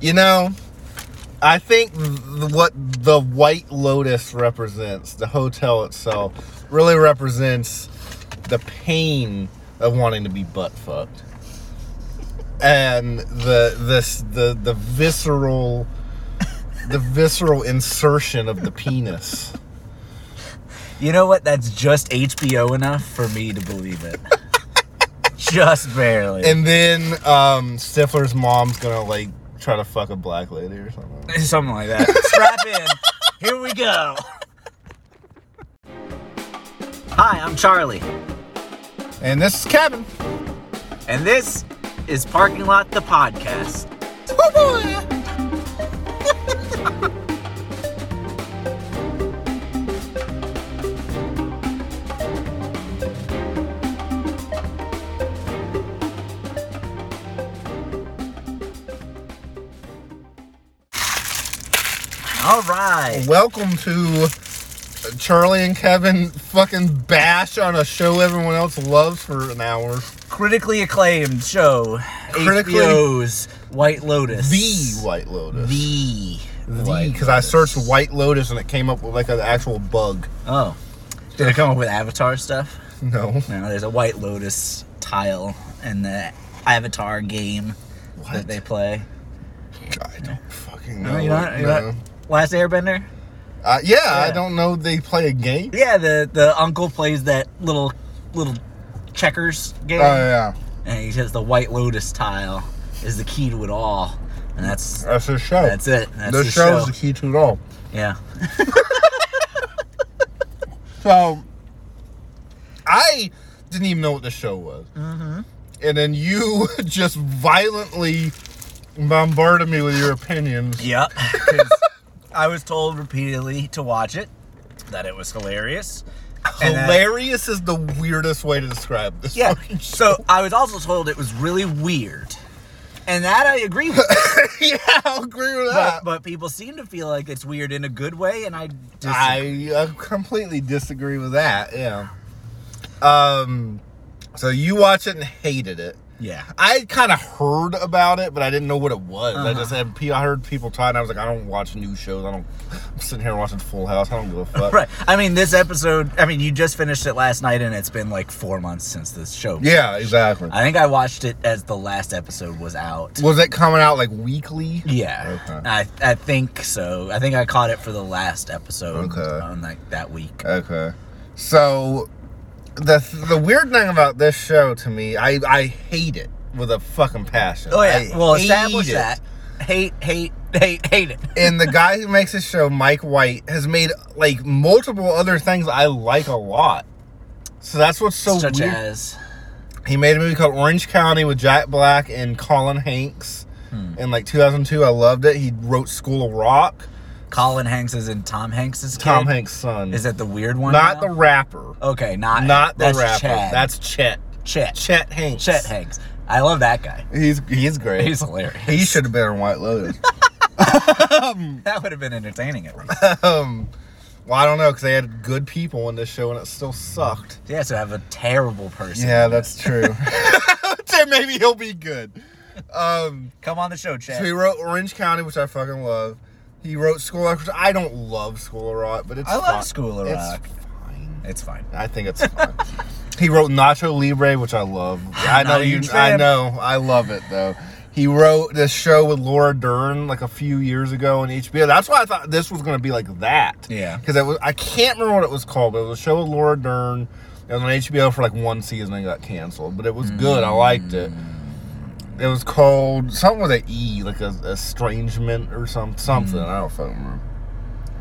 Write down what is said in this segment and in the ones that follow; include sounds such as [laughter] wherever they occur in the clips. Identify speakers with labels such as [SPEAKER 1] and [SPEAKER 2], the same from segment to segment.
[SPEAKER 1] You know, I think th- what the White Lotus represents, the hotel itself, really represents the pain of wanting to be butt fucked, and the this the the visceral, the visceral insertion of the penis.
[SPEAKER 2] You know what? That's just HBO enough for me to believe [laughs] it. just barely.
[SPEAKER 1] And then um, Stifler's mom's gonna like try to fuck a black lady or something.
[SPEAKER 2] Something like [laughs] that. Strap in. Here we go. Hi, I'm Charlie,
[SPEAKER 1] And this is Kevin.
[SPEAKER 2] and this is Parking Lot the Podcast.
[SPEAKER 1] Oh,
[SPEAKER 2] All right.
[SPEAKER 1] Welcome to Charlie and Kevin fucking bash on a show everyone else loves for an hour.
[SPEAKER 2] Critically acclaimed show.
[SPEAKER 1] Critically-
[SPEAKER 2] HBO's White Lotus.
[SPEAKER 1] The White Lotus.
[SPEAKER 2] The. White
[SPEAKER 1] Because I
[SPEAKER 2] Lotus.
[SPEAKER 1] searched White Lotus and it came up with like an actual bug.
[SPEAKER 2] Oh. Did it come up with Avatar stuff?
[SPEAKER 1] No.
[SPEAKER 2] No, there's a White Lotus tile in the Avatar game that
[SPEAKER 1] What?
[SPEAKER 2] they play.
[SPEAKER 1] I don't fucking know.
[SPEAKER 2] No, you not, you
[SPEAKER 1] no.
[SPEAKER 2] not, Last Airbender?
[SPEAKER 1] Uh, yeah, I
[SPEAKER 2] Yeah.
[SPEAKER 1] don't know they play a game.
[SPEAKER 2] Yeah, the, the uncle plays that little little checkers game.
[SPEAKER 1] Oh, yeah.
[SPEAKER 2] And he says the White Lotus tile is the key to it all. And that's
[SPEAKER 1] That's their show.
[SPEAKER 2] that's it. That's
[SPEAKER 1] their
[SPEAKER 2] the
[SPEAKER 1] show
[SPEAKER 2] show.
[SPEAKER 1] is the key to it all.
[SPEAKER 2] Yeah.
[SPEAKER 1] So I didn't even know what the show was.
[SPEAKER 2] Mm-hmm.
[SPEAKER 1] And then you [laughs] just violently bombarded me with your opinions.
[SPEAKER 2] Yep. [laughs] 'cause I was told repeatedly to watch it, that it was hilarious. and that-
[SPEAKER 1] Hilarious is the weirdest way to describe this. [laughs]
[SPEAKER 2] Yeah. So I was also told it was really weird. And that I agree with.
[SPEAKER 1] [laughs] yeah, I'll agree with
[SPEAKER 2] but,
[SPEAKER 1] that.
[SPEAKER 2] but people seem to feel like it's weird in a good way, and I disagree.
[SPEAKER 1] I uh, completely disagree with that. Yeah. Um so you watch it and hated it.
[SPEAKER 2] yeah.
[SPEAKER 1] I kind of heard about it, but I didn't know what it was. I
[SPEAKER 2] Uh-huh.
[SPEAKER 1] just had pe- I heard people talking. and I was like, I don't watch new shows. I don't. [laughs] I'm sitting here watching Full House. I don't
[SPEAKER 2] [laughs]
[SPEAKER 1] give a fuck.
[SPEAKER 2] Right. I mean, this episode, I mean, you just finished it last night, and it's been like four months since this show.
[SPEAKER 1] Yeah, exactly.
[SPEAKER 2] I think I watched it as the last episode was out.
[SPEAKER 1] was it coming out like weekly?
[SPEAKER 2] Yeah.
[SPEAKER 1] Okay.
[SPEAKER 2] I, I think so. I think I caught it for the last episode
[SPEAKER 1] Okay. Uh,
[SPEAKER 2] on like that week.
[SPEAKER 1] Okay. So the the weird thing about this show to me, I I hate it with a fucking passion.
[SPEAKER 2] Oh, yeah.
[SPEAKER 1] I
[SPEAKER 2] well,
[SPEAKER 1] hate
[SPEAKER 2] establish
[SPEAKER 1] it.
[SPEAKER 2] that. Hate, hate, hate, hate it.
[SPEAKER 1] and the guy who makes this show, Mike White, has made like multiple other things I like a lot. So that's what's so
[SPEAKER 2] Such
[SPEAKER 1] weird.
[SPEAKER 2] as.
[SPEAKER 1] He made a movie called Orange County with Jack Black and Colin Hanks
[SPEAKER 2] Hmm.
[SPEAKER 1] in like 2002. I loved it. He wrote School of Rock.
[SPEAKER 2] Colin Hanks is in Tom Hanks's kid.
[SPEAKER 1] Tom Hanks' son.
[SPEAKER 2] Is that the weird one?
[SPEAKER 1] not the
[SPEAKER 2] now?
[SPEAKER 1] rapper?
[SPEAKER 2] Okay, not
[SPEAKER 1] not the
[SPEAKER 2] that's
[SPEAKER 1] rapper.
[SPEAKER 2] Chad.
[SPEAKER 1] That's Chet.
[SPEAKER 2] Chet.
[SPEAKER 1] Chet Hanks.
[SPEAKER 2] Chet Hanks. I love that guy. [laughs]
[SPEAKER 1] He's he's great.
[SPEAKER 2] He's hilarious. [laughs]
[SPEAKER 1] he should have been on White Lotus.
[SPEAKER 2] That would have been entertaining at least.
[SPEAKER 1] um, well, I don't know because they had good people in this show and it still sucked.
[SPEAKER 2] yeah, to have a terrible person.
[SPEAKER 1] Yeah, that's [laughs] true. so maybe he'll be good. Um.
[SPEAKER 2] Come on the show, Chad.
[SPEAKER 1] So he wrote Orange County, which I fucking love. He wrote School of Rock, which I don't love School of Rock, but it's
[SPEAKER 2] I love
[SPEAKER 1] fi-
[SPEAKER 2] School of
[SPEAKER 1] it's
[SPEAKER 2] Rock.
[SPEAKER 1] fine.
[SPEAKER 2] It's fine.
[SPEAKER 1] I think it's fine. [laughs] he wrote Nacho Libre, which I love.
[SPEAKER 2] [sighs]
[SPEAKER 1] I
[SPEAKER 2] Not
[SPEAKER 1] know
[SPEAKER 2] a
[SPEAKER 1] you.
[SPEAKER 2] huge
[SPEAKER 1] I
[SPEAKER 2] fan.
[SPEAKER 1] know. I love it though. He wrote this show with Laura Dern like a few years ago on HBO. That's why I thought this was going to be like that.
[SPEAKER 2] Yeah.
[SPEAKER 1] Because it was. I can't remember what it was called, but it was a show with Laura Dern. It was on HBO for like one season and got canceled, but it was good. I liked it. It was called something with an E, like a estrangement or some something.
[SPEAKER 2] Mm.
[SPEAKER 1] I don't fucking remember.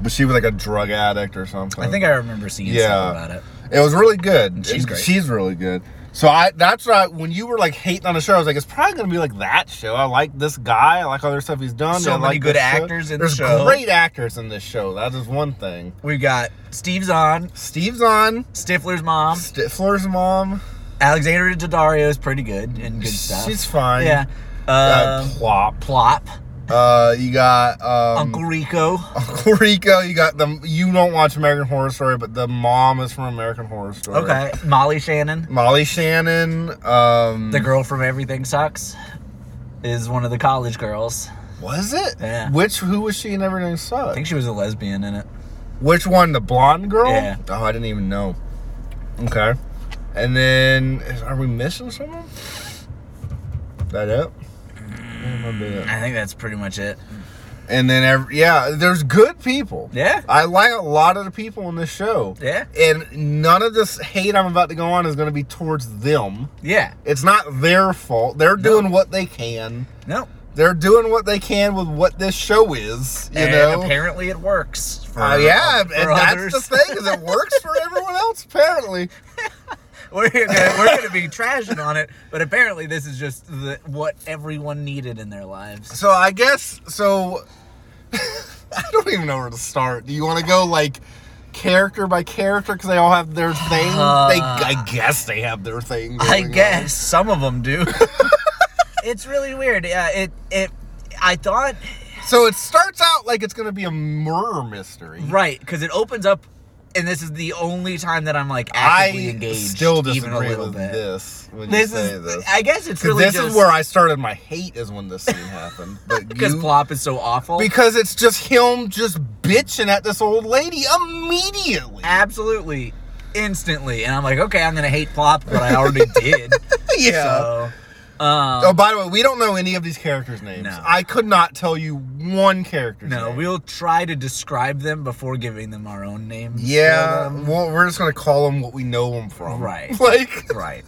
[SPEAKER 1] But she was like a drug addict or something.
[SPEAKER 2] I think I remember seeing
[SPEAKER 1] Yeah.
[SPEAKER 2] something about it.
[SPEAKER 1] It was really good.
[SPEAKER 2] She's
[SPEAKER 1] It-
[SPEAKER 2] great.
[SPEAKER 1] She's really good. So I that's why when you were like hating on the show, I was like, it's probably gonna be like that show. I like this guy. I like other stuff he's done.
[SPEAKER 2] So
[SPEAKER 1] I
[SPEAKER 2] many
[SPEAKER 1] like
[SPEAKER 2] good
[SPEAKER 1] this show.
[SPEAKER 2] actors in the
[SPEAKER 1] There's
[SPEAKER 2] show.
[SPEAKER 1] great actors in this show. That is one thing.
[SPEAKER 2] We got Steve Zahn,
[SPEAKER 1] Steve's on.
[SPEAKER 2] Stifler's mom.
[SPEAKER 1] Stifler's mom.
[SPEAKER 2] Alexandra Daddario is pretty good and good stuff.
[SPEAKER 1] She's fine.
[SPEAKER 2] yeah.
[SPEAKER 1] Uh,
[SPEAKER 2] Uh,
[SPEAKER 1] plop.
[SPEAKER 2] Plop,
[SPEAKER 1] Uh, you got um,
[SPEAKER 2] Uncle Rico.
[SPEAKER 1] Uncle Rico. You got the. You don't watch American Horror Story, but the mom is from American Horror Story.
[SPEAKER 2] Okay, Molly Shannon.
[SPEAKER 1] Molly Shannon. Um,
[SPEAKER 2] The girl from Everything Sucks is one of the college girls.
[SPEAKER 1] Was it?
[SPEAKER 2] Yeah.
[SPEAKER 1] Which who was she in Everything
[SPEAKER 2] I
[SPEAKER 1] Sucks?
[SPEAKER 2] think she was a lesbian in it.
[SPEAKER 1] Which one? The blonde girl?
[SPEAKER 2] Yeah.
[SPEAKER 1] Oh, I didn't even know. Okay. And then is- are we missing someone? That it? That might be it.
[SPEAKER 2] I think that's pretty much it.
[SPEAKER 1] And then every, yeah, there's good people.
[SPEAKER 2] Yeah.
[SPEAKER 1] I like a lot of the people on this show.
[SPEAKER 2] Yeah.
[SPEAKER 1] And none of this hate I'm about to go on is going to be towards them.
[SPEAKER 2] Yeah.
[SPEAKER 1] It's not their fault. They're
[SPEAKER 2] No.
[SPEAKER 1] doing what they can.
[SPEAKER 2] No.
[SPEAKER 1] They're doing what they can with what this show is, you
[SPEAKER 2] and
[SPEAKER 1] know.
[SPEAKER 2] apparently it works. For,
[SPEAKER 1] Uh, yeah,
[SPEAKER 2] for
[SPEAKER 1] and that's the
[SPEAKER 2] others.
[SPEAKER 1] thing is it works for everyone else apparently.
[SPEAKER 2] We're gonna, we're gonna be trashing on it, but apparently this is just the, what everyone needed in their lives.
[SPEAKER 1] So I guess so. [laughs] I don't even know where to start. Do you want to go like character by character because they all have their thing? they, I guess they have their thing.
[SPEAKER 2] Uh, I
[SPEAKER 1] going on.
[SPEAKER 2] guess some of them do. [laughs] it's really weird. Yeah, it it. I thought
[SPEAKER 1] So it starts out like it's gonna be a murder mystery.
[SPEAKER 2] right because it opens up, and this is the only time that I'm like actively
[SPEAKER 1] I
[SPEAKER 2] engaged.
[SPEAKER 1] still
[SPEAKER 2] even a
[SPEAKER 1] disagree
[SPEAKER 2] little
[SPEAKER 1] with
[SPEAKER 2] bit.
[SPEAKER 1] this. When
[SPEAKER 2] This
[SPEAKER 1] you say
[SPEAKER 2] is.
[SPEAKER 1] this.
[SPEAKER 2] I guess it's
[SPEAKER 1] 'Cause
[SPEAKER 2] really
[SPEAKER 1] this
[SPEAKER 2] just
[SPEAKER 1] is where I started my hate is when this scene happened.
[SPEAKER 2] [laughs]
[SPEAKER 1] But
[SPEAKER 2] because
[SPEAKER 1] you-
[SPEAKER 2] plop is so awful.
[SPEAKER 1] because it's just him just bitching at this old lady immediately.
[SPEAKER 2] Absolutely, instantly, and I'm like, okay, I'm gonna hate plop, but I
[SPEAKER 1] [laughs]
[SPEAKER 2] already did. Uh, So, um,
[SPEAKER 1] Oh, by the way, we don't know any of these characters' names.
[SPEAKER 2] No.
[SPEAKER 1] I could not tell you one character's
[SPEAKER 2] No,
[SPEAKER 1] name.
[SPEAKER 2] we'll try to describe them before giving them our own names. for
[SPEAKER 1] Yeah,
[SPEAKER 2] them.
[SPEAKER 1] well, we're just gonna call them what we know them from.
[SPEAKER 2] Right.
[SPEAKER 1] [laughs] Like,
[SPEAKER 2] right.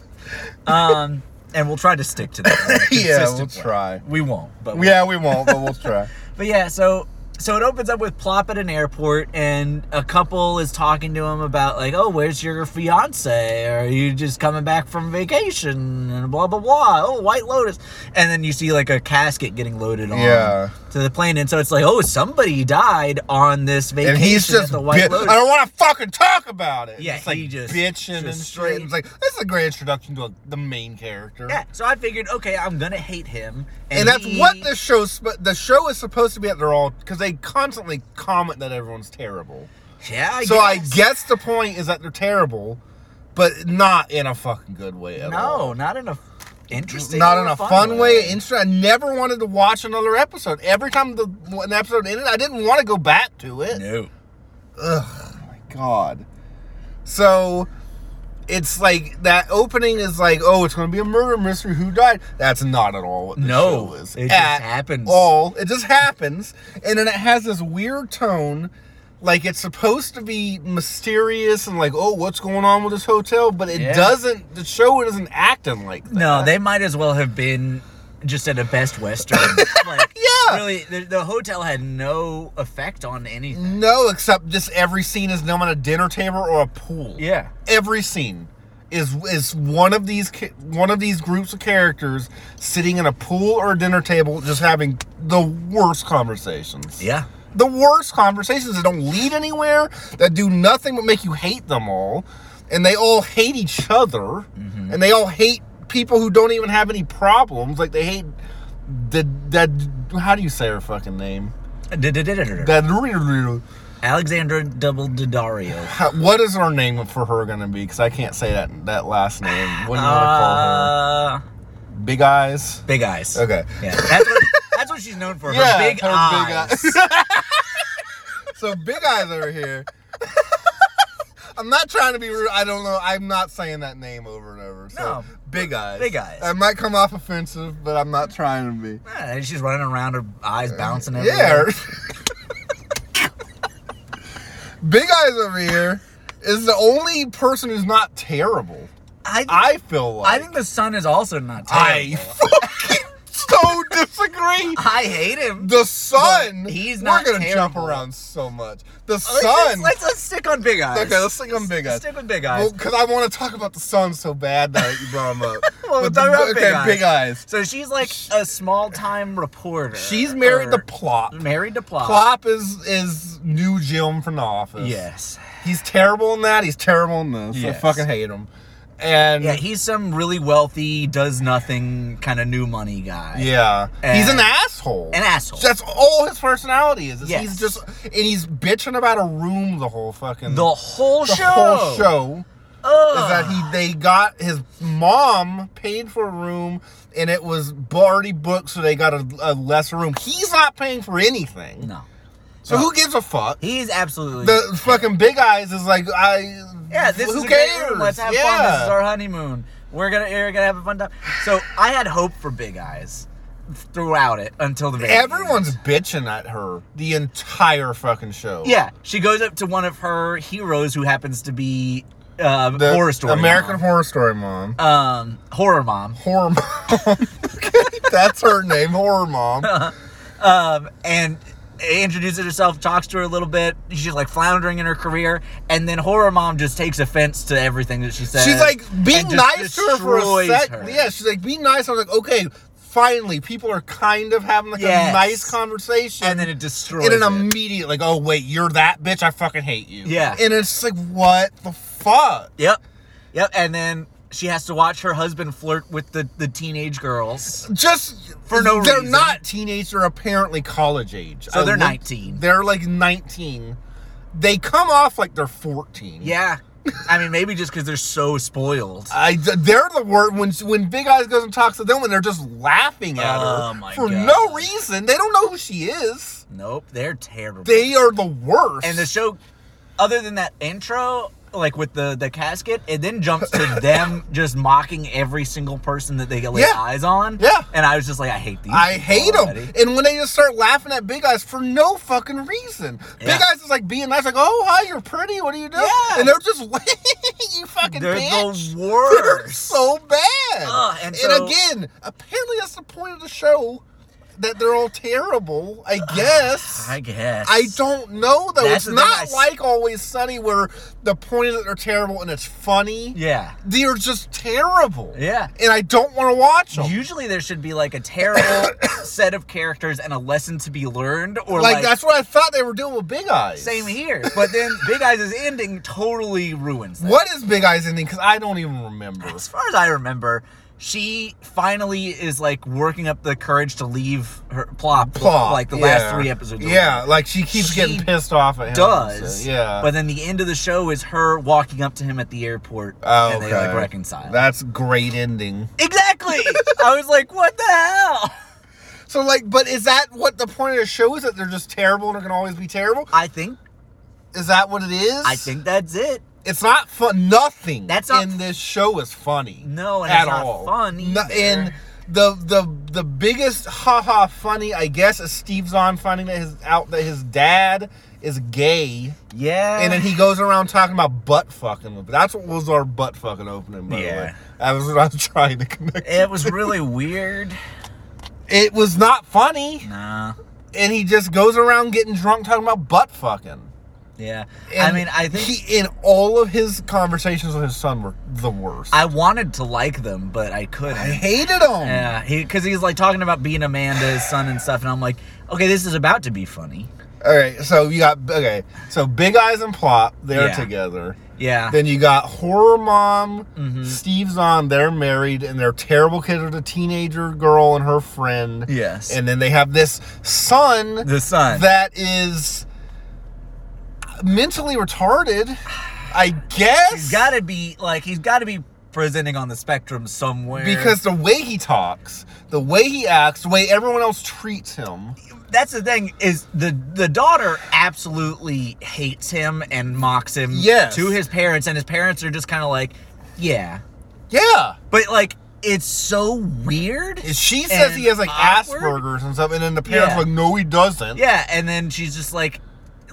[SPEAKER 2] Um, and we'll try to stick to that. in a
[SPEAKER 1] yeah, we'll
[SPEAKER 2] consistent way.
[SPEAKER 1] try.
[SPEAKER 2] We won't, but we-
[SPEAKER 1] Yeah, we won't, but we'll
[SPEAKER 2] [laughs]
[SPEAKER 1] try.
[SPEAKER 2] but yeah. So so it opens up with Plop at an airport, and a couple is talking to him about like, oh, where's your fiance? Or are you just coming back from vacation? And blah blah blah. Oh, White Lotus, and then you see like a casket getting loaded on
[SPEAKER 1] Yeah.
[SPEAKER 2] to the plane, and so it's like, oh, somebody died on this vacation
[SPEAKER 1] And he's
[SPEAKER 2] at
[SPEAKER 1] just,
[SPEAKER 2] the White
[SPEAKER 1] bi-
[SPEAKER 2] Lotus.
[SPEAKER 1] I don't want to fucking talk about it.
[SPEAKER 2] Yeah,
[SPEAKER 1] it's like
[SPEAKER 2] he just-
[SPEAKER 1] bitching and
[SPEAKER 2] just
[SPEAKER 1] straight. It's like this is a great introduction to a, the main character.
[SPEAKER 2] Yeah, so I figured, okay, I'm gonna hate him,
[SPEAKER 1] and that's
[SPEAKER 2] he-
[SPEAKER 1] what the show's sp- the show is supposed to be at their all because they constantly comment that everyone's terrible
[SPEAKER 2] Yeah, I
[SPEAKER 1] so i
[SPEAKER 2] guess.
[SPEAKER 1] guess the point is that they're terrible but not in a fucking good way at
[SPEAKER 2] no,
[SPEAKER 1] all
[SPEAKER 2] not in a f- interesting,
[SPEAKER 1] not
[SPEAKER 2] or
[SPEAKER 1] in a fun, way. Instead, I never wanted to watch another episode. Every time the an episode ended, I didn't want to go back to it.
[SPEAKER 2] No,
[SPEAKER 1] my god. So it's like that opening is like, oh, it's gonna be a murder mystery. Who died? That's not at all what the
[SPEAKER 2] No,
[SPEAKER 1] show is.
[SPEAKER 2] it just
[SPEAKER 1] At
[SPEAKER 2] happens.
[SPEAKER 1] All it just happens, and then it has this weird tone. Like it's supposed to be mysterious and like, oh, what's going on with this hotel? But it
[SPEAKER 2] Yeah.
[SPEAKER 1] doesn't. The show isn't acting like that.
[SPEAKER 2] no, they might as well have been just at a Best Western. like,
[SPEAKER 1] [laughs] Yeah.
[SPEAKER 2] really, the, the hotel had no effect on anything.
[SPEAKER 1] No, except just every scene is done on a dinner table or a pool.
[SPEAKER 2] Yeah,
[SPEAKER 1] every scene is is one of these ca- one of these groups of characters sitting in a pool or a dinner table just having the worst conversations.
[SPEAKER 2] yeah,
[SPEAKER 1] The worst conversations that don't lead anywhere, that do nothing but make you hate them all, and they all hate each other,
[SPEAKER 2] Mm-hmm.
[SPEAKER 1] and they all hate people who don't even have any problems. Like they hate the that how do you say her fucking name?
[SPEAKER 2] Da-da-da-da-da.
[SPEAKER 1] That
[SPEAKER 2] Alexandra Double Daddario.
[SPEAKER 1] How- what is her name for her going to be? Because I can't say that that last name. What do you want to call her?
[SPEAKER 2] Uh,
[SPEAKER 1] Big eyes.
[SPEAKER 2] big eyes.
[SPEAKER 1] Okay.
[SPEAKER 2] Yeah, that's what, that's what she's known for. Her big
[SPEAKER 1] her
[SPEAKER 2] eyes.
[SPEAKER 1] big eyes. so big eyes over here. [laughs] I'm not trying to be rude. I don't know. I'm not saying that name over and over. So
[SPEAKER 2] No.
[SPEAKER 1] big eyes.
[SPEAKER 2] Big eyes.
[SPEAKER 1] It might come off offensive, but I'm not trying to be.
[SPEAKER 2] [laughs] Yeah, she's running around, her eyes bouncing
[SPEAKER 1] Yeah.
[SPEAKER 2] everywhere.
[SPEAKER 1] [laughs] big eyes over here is the only person who's not terrible.
[SPEAKER 2] I, I,
[SPEAKER 1] I feel like
[SPEAKER 2] think the sun is also not
[SPEAKER 1] I
[SPEAKER 2] terrible.
[SPEAKER 1] fucking [laughs] so disagree.
[SPEAKER 2] I, hate him.
[SPEAKER 1] The sun.
[SPEAKER 2] But he's
[SPEAKER 1] We're
[SPEAKER 2] not
[SPEAKER 1] gonna jump
[SPEAKER 2] terrible.
[SPEAKER 1] around so much. The
[SPEAKER 2] Let's
[SPEAKER 1] sun.
[SPEAKER 2] just- Let's, let's stick on Big Eyes.
[SPEAKER 1] Okay, let's stick on Big Eyes.
[SPEAKER 2] Stick with Big Eyes.
[SPEAKER 1] Well, because I want to talk about the sun so bad that you brought him up.
[SPEAKER 2] [laughs] Well, we're
[SPEAKER 1] But
[SPEAKER 2] talking
[SPEAKER 1] the-
[SPEAKER 2] about Big
[SPEAKER 1] okay, big eyes.
[SPEAKER 2] Eyes. so she's like a small-time reporter.
[SPEAKER 1] She's married to
[SPEAKER 2] or-
[SPEAKER 1] Plop.
[SPEAKER 2] Married to Plop.
[SPEAKER 1] Plop is is new Jim from the office.
[SPEAKER 2] Yes.
[SPEAKER 1] he's terrible in that. He's terrible in this. I
[SPEAKER 2] Yes.
[SPEAKER 1] fucking hate him. And
[SPEAKER 2] Yeah, he's some really wealthy, does nothing kind of new money guy.
[SPEAKER 1] Yeah. he's an
[SPEAKER 2] And-
[SPEAKER 1] asshole.
[SPEAKER 2] An asshole.
[SPEAKER 1] That's all his personality is. is
[SPEAKER 2] Yes.
[SPEAKER 1] He's just and he's bitching about a room the whole fucking
[SPEAKER 2] the whole
[SPEAKER 1] the
[SPEAKER 2] show.
[SPEAKER 1] whole show.
[SPEAKER 2] Ugh.
[SPEAKER 1] is that he they got his mom paid for a room and it was already booked, so they got a, a lesser room. He's not paying for anything.
[SPEAKER 2] No.
[SPEAKER 1] So who gives a fuck?
[SPEAKER 2] He's absolutely.
[SPEAKER 1] The fucking big eyes is like I.
[SPEAKER 2] yeah, this
[SPEAKER 1] who
[SPEAKER 2] is a
[SPEAKER 1] cares?
[SPEAKER 2] great room. Let's have fun. This is our honeymoon. We're gonna we're gonna have a fun time. So I had hope for Big Eyes throughout it until the very end.
[SPEAKER 1] Everyone's bitching at her the entire fucking show.
[SPEAKER 2] Yeah, she goes up to one of her heroes who happens to be uh,
[SPEAKER 1] The
[SPEAKER 2] horror story
[SPEAKER 1] American
[SPEAKER 2] mom.
[SPEAKER 1] Horror Story mom.
[SPEAKER 2] um horror mom.
[SPEAKER 1] horror [laughs] mom. Okay, That's her name, horror mom.
[SPEAKER 2] um, and introduces herself, talks to her a little bit. She's like floundering in her career, and then horror mom just takes offense to everything that she says.
[SPEAKER 1] She's like, be
[SPEAKER 2] and just
[SPEAKER 1] nice to her for a
[SPEAKER 2] destroys
[SPEAKER 1] sec.
[SPEAKER 2] her.
[SPEAKER 1] Yeah, she's like, be nice. I was like, okay, finally, people are kind of having like
[SPEAKER 2] Yes.
[SPEAKER 1] a nice conversation.
[SPEAKER 2] and then it destroys.
[SPEAKER 1] in an
[SPEAKER 2] it.
[SPEAKER 1] immediate like, oh wait, you're that bitch. I fucking hate you.
[SPEAKER 2] Yeah.
[SPEAKER 1] and it's just like, what the fuck?
[SPEAKER 2] Yep, yep. And then she has to watch her husband flirt with the the teenage girls.
[SPEAKER 1] Just
[SPEAKER 2] For
[SPEAKER 1] they're
[SPEAKER 2] no reason.
[SPEAKER 1] They're not teenage. They're apparently college age.
[SPEAKER 2] So they're
[SPEAKER 1] looked-
[SPEAKER 2] 19.
[SPEAKER 1] They're like nineteen. They come off like they're fourteen.
[SPEAKER 2] Yeah, I mean maybe just because they're so spoiled.
[SPEAKER 1] I, they're the word when when Big Eyes goes and talks to them and they're just laughing at
[SPEAKER 2] Oh,
[SPEAKER 1] her
[SPEAKER 2] my
[SPEAKER 1] for
[SPEAKER 2] God.
[SPEAKER 1] no reason. They don't know who she is.
[SPEAKER 2] Nope, they're terrible.
[SPEAKER 1] They are the worst.
[SPEAKER 2] and the show other than that intro like with the the casket it then jumps
[SPEAKER 1] [laughs]
[SPEAKER 2] to them just mocking every single person that they lay
[SPEAKER 1] Yeah.
[SPEAKER 2] eyes on
[SPEAKER 1] Yeah.
[SPEAKER 2] and i was just like i hate these
[SPEAKER 1] I
[SPEAKER 2] people
[SPEAKER 1] hate
[SPEAKER 2] already.
[SPEAKER 1] them. And when they just start laughing at Big Eyes for no fucking reason,
[SPEAKER 2] Yeah.
[SPEAKER 1] Big Eyes is like being nice, like, "Oh hi, you're pretty. What are you doing?"
[SPEAKER 2] Yeah.
[SPEAKER 1] And they're just [laughs] you fucking
[SPEAKER 2] they're
[SPEAKER 1] bitch.
[SPEAKER 2] the
[SPEAKER 1] They're
[SPEAKER 2] worst
[SPEAKER 1] so bad.
[SPEAKER 2] Ugh, and so-
[SPEAKER 1] again, apparently that's the point of the show that they're all terrible. I guess.
[SPEAKER 2] [sighs] i guess
[SPEAKER 1] I don't know though.
[SPEAKER 2] That's the
[SPEAKER 1] it's
[SPEAKER 2] thing I
[SPEAKER 1] not
[SPEAKER 2] s-
[SPEAKER 1] like Always Sunny where the point is that they're terrible and it's funny.
[SPEAKER 2] yeah
[SPEAKER 1] They're just terrible.
[SPEAKER 2] Yeah.
[SPEAKER 1] And I don't want to watch them.
[SPEAKER 2] usually there should be like
[SPEAKER 1] [coughs]
[SPEAKER 2] a terrible set of characters and a lesson to be learned or
[SPEAKER 1] like,
[SPEAKER 2] like,
[SPEAKER 1] that's what I thought they were doing with Big Eyes.
[SPEAKER 2] same here but then big eyes' ending totally ruins that.
[SPEAKER 1] What is Big Eyes ending? Because I don't even remember.
[SPEAKER 2] as far as I remember, she finally is like working up the courage to leave her plop,
[SPEAKER 1] Plop,
[SPEAKER 2] like the
[SPEAKER 1] yeah.
[SPEAKER 2] last three episodes. or
[SPEAKER 1] Yeah, like she keeps
[SPEAKER 2] She
[SPEAKER 1] getting pissed off at him.
[SPEAKER 2] whatever.
[SPEAKER 1] so,
[SPEAKER 2] does
[SPEAKER 1] yeah.
[SPEAKER 2] But then the end of the show is her walking up to him at the airport,
[SPEAKER 1] Oh,
[SPEAKER 2] and they like
[SPEAKER 1] okay.
[SPEAKER 2] reconcile.
[SPEAKER 1] That's great ending.
[SPEAKER 2] exactly. I was like, what the hell?
[SPEAKER 1] So like, but is that what the point of the show is? That they're just terrible and are gonna always be terrible?
[SPEAKER 2] I think
[SPEAKER 1] Is that what it is?
[SPEAKER 2] I think that's it.
[SPEAKER 1] It's not fun. Nothing
[SPEAKER 2] That's not-
[SPEAKER 1] in this show is funny.
[SPEAKER 2] No, and
[SPEAKER 1] at
[SPEAKER 2] it's not
[SPEAKER 1] all.
[SPEAKER 2] fun
[SPEAKER 1] No-
[SPEAKER 2] either.
[SPEAKER 1] and the the the biggest haha funny, I guess, is Steve Zahn finding that his out that his dad is gay,
[SPEAKER 2] Yeah.
[SPEAKER 1] and then he goes around talking about butt fucking. That's what was our butt fucking opening. By
[SPEAKER 2] Yeah.
[SPEAKER 1] the way, that was what I was [laughs] trying to connect.
[SPEAKER 2] it was really weird.
[SPEAKER 1] It was not funny,
[SPEAKER 2] Nah.
[SPEAKER 1] and he just goes around getting drunk talking about butt fucking.
[SPEAKER 2] Yeah. I
[SPEAKER 1] And
[SPEAKER 2] mean, I think
[SPEAKER 1] he, in all of his conversations with his son were the worst.
[SPEAKER 2] I wanted to like them, but I couldn't.
[SPEAKER 1] I hated him.
[SPEAKER 2] Yeah, because he's like talking about being a man to his son and stuff, and I'm like, okay, this is about to be funny.
[SPEAKER 1] All right, so you got okay, so Big Eyes and Plop they're
[SPEAKER 2] Yeah.
[SPEAKER 1] together.
[SPEAKER 2] Yeah,
[SPEAKER 1] Then you got Horror Mom,
[SPEAKER 2] Mm-hmm.
[SPEAKER 1] Steve's on. They're married, and their terrible kid is a teenager girl and her friend.
[SPEAKER 2] Yes.
[SPEAKER 1] and then they have this son
[SPEAKER 2] the son.
[SPEAKER 1] that is mentally retarded. I
[SPEAKER 2] he's
[SPEAKER 1] guess
[SPEAKER 2] got to be like he's got to be presenting on the spectrum somewhere.
[SPEAKER 1] because the way he talks, the way he acts, the way everyone else treats him.
[SPEAKER 2] that's the thing is the the daughter absolutely hates him and mocks him
[SPEAKER 1] Yes.
[SPEAKER 2] to his parents, and his parents are just kind of like, yeah,
[SPEAKER 1] Yeah,
[SPEAKER 2] but like it's so weird.
[SPEAKER 1] she says
[SPEAKER 2] And
[SPEAKER 1] he has like
[SPEAKER 2] awkward?
[SPEAKER 1] Asperger's and stuff, and then the parents
[SPEAKER 2] Yeah.
[SPEAKER 1] are like, no, he doesn't.
[SPEAKER 2] Yeah, and then she's just like,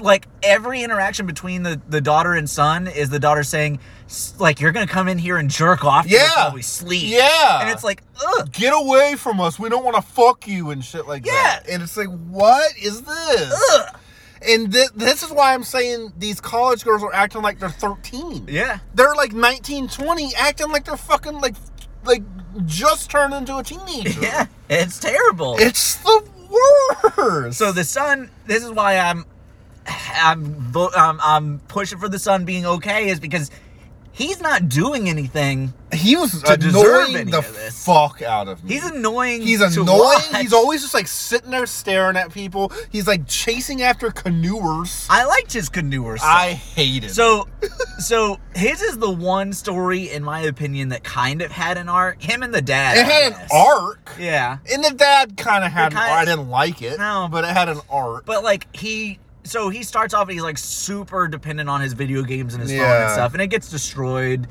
[SPEAKER 2] like every interaction between the the daughter and son is the daughter saying, s- like, "You're gonna come in here and jerk off to us
[SPEAKER 1] Yeah.
[SPEAKER 2] while we sleep."
[SPEAKER 1] Yeah.
[SPEAKER 2] and it's like, ugh,
[SPEAKER 1] get away from us. We don't want to fuck you and shit like that. And it's like, what is this?
[SPEAKER 2] ugh.
[SPEAKER 1] And thi- this is why I'm saying these college girls are acting like they're 13.
[SPEAKER 2] Yeah,
[SPEAKER 1] They're like 19, 20, acting like they're fucking like like just turned into a teenager.
[SPEAKER 2] [laughs] yeah, it's terrible.
[SPEAKER 1] It's the worst.
[SPEAKER 2] so the son, this is why I'm, I'm, vo- I'm, I'm pushing for the son being okay, is because he's not doing anything
[SPEAKER 1] he was
[SPEAKER 2] to deserve
[SPEAKER 1] annoying
[SPEAKER 2] any
[SPEAKER 1] the
[SPEAKER 2] of this.
[SPEAKER 1] fuck out of me.
[SPEAKER 2] He's annoying.
[SPEAKER 1] He's
[SPEAKER 2] to
[SPEAKER 1] annoying.
[SPEAKER 2] watch.
[SPEAKER 1] He's always just like sitting there staring at people. He's like chasing after canoers.
[SPEAKER 2] I liked his canoeer. stuff.
[SPEAKER 1] I hate it.
[SPEAKER 2] So, so his is the one story, in my opinion, that kind of had an arc. Him and the dad.
[SPEAKER 1] it
[SPEAKER 2] I
[SPEAKER 1] had an
[SPEAKER 2] guess.
[SPEAKER 1] arc.
[SPEAKER 2] Yeah,
[SPEAKER 1] And the dad kind of had
[SPEAKER 2] It
[SPEAKER 1] an
[SPEAKER 2] kinda-
[SPEAKER 1] arc. I didn't like it.
[SPEAKER 2] No.
[SPEAKER 1] But it had an arc.
[SPEAKER 2] but like he, so he starts off and he's like super dependent on his video games and his phone and
[SPEAKER 1] Yeah.
[SPEAKER 2] stuff, and it gets destroyed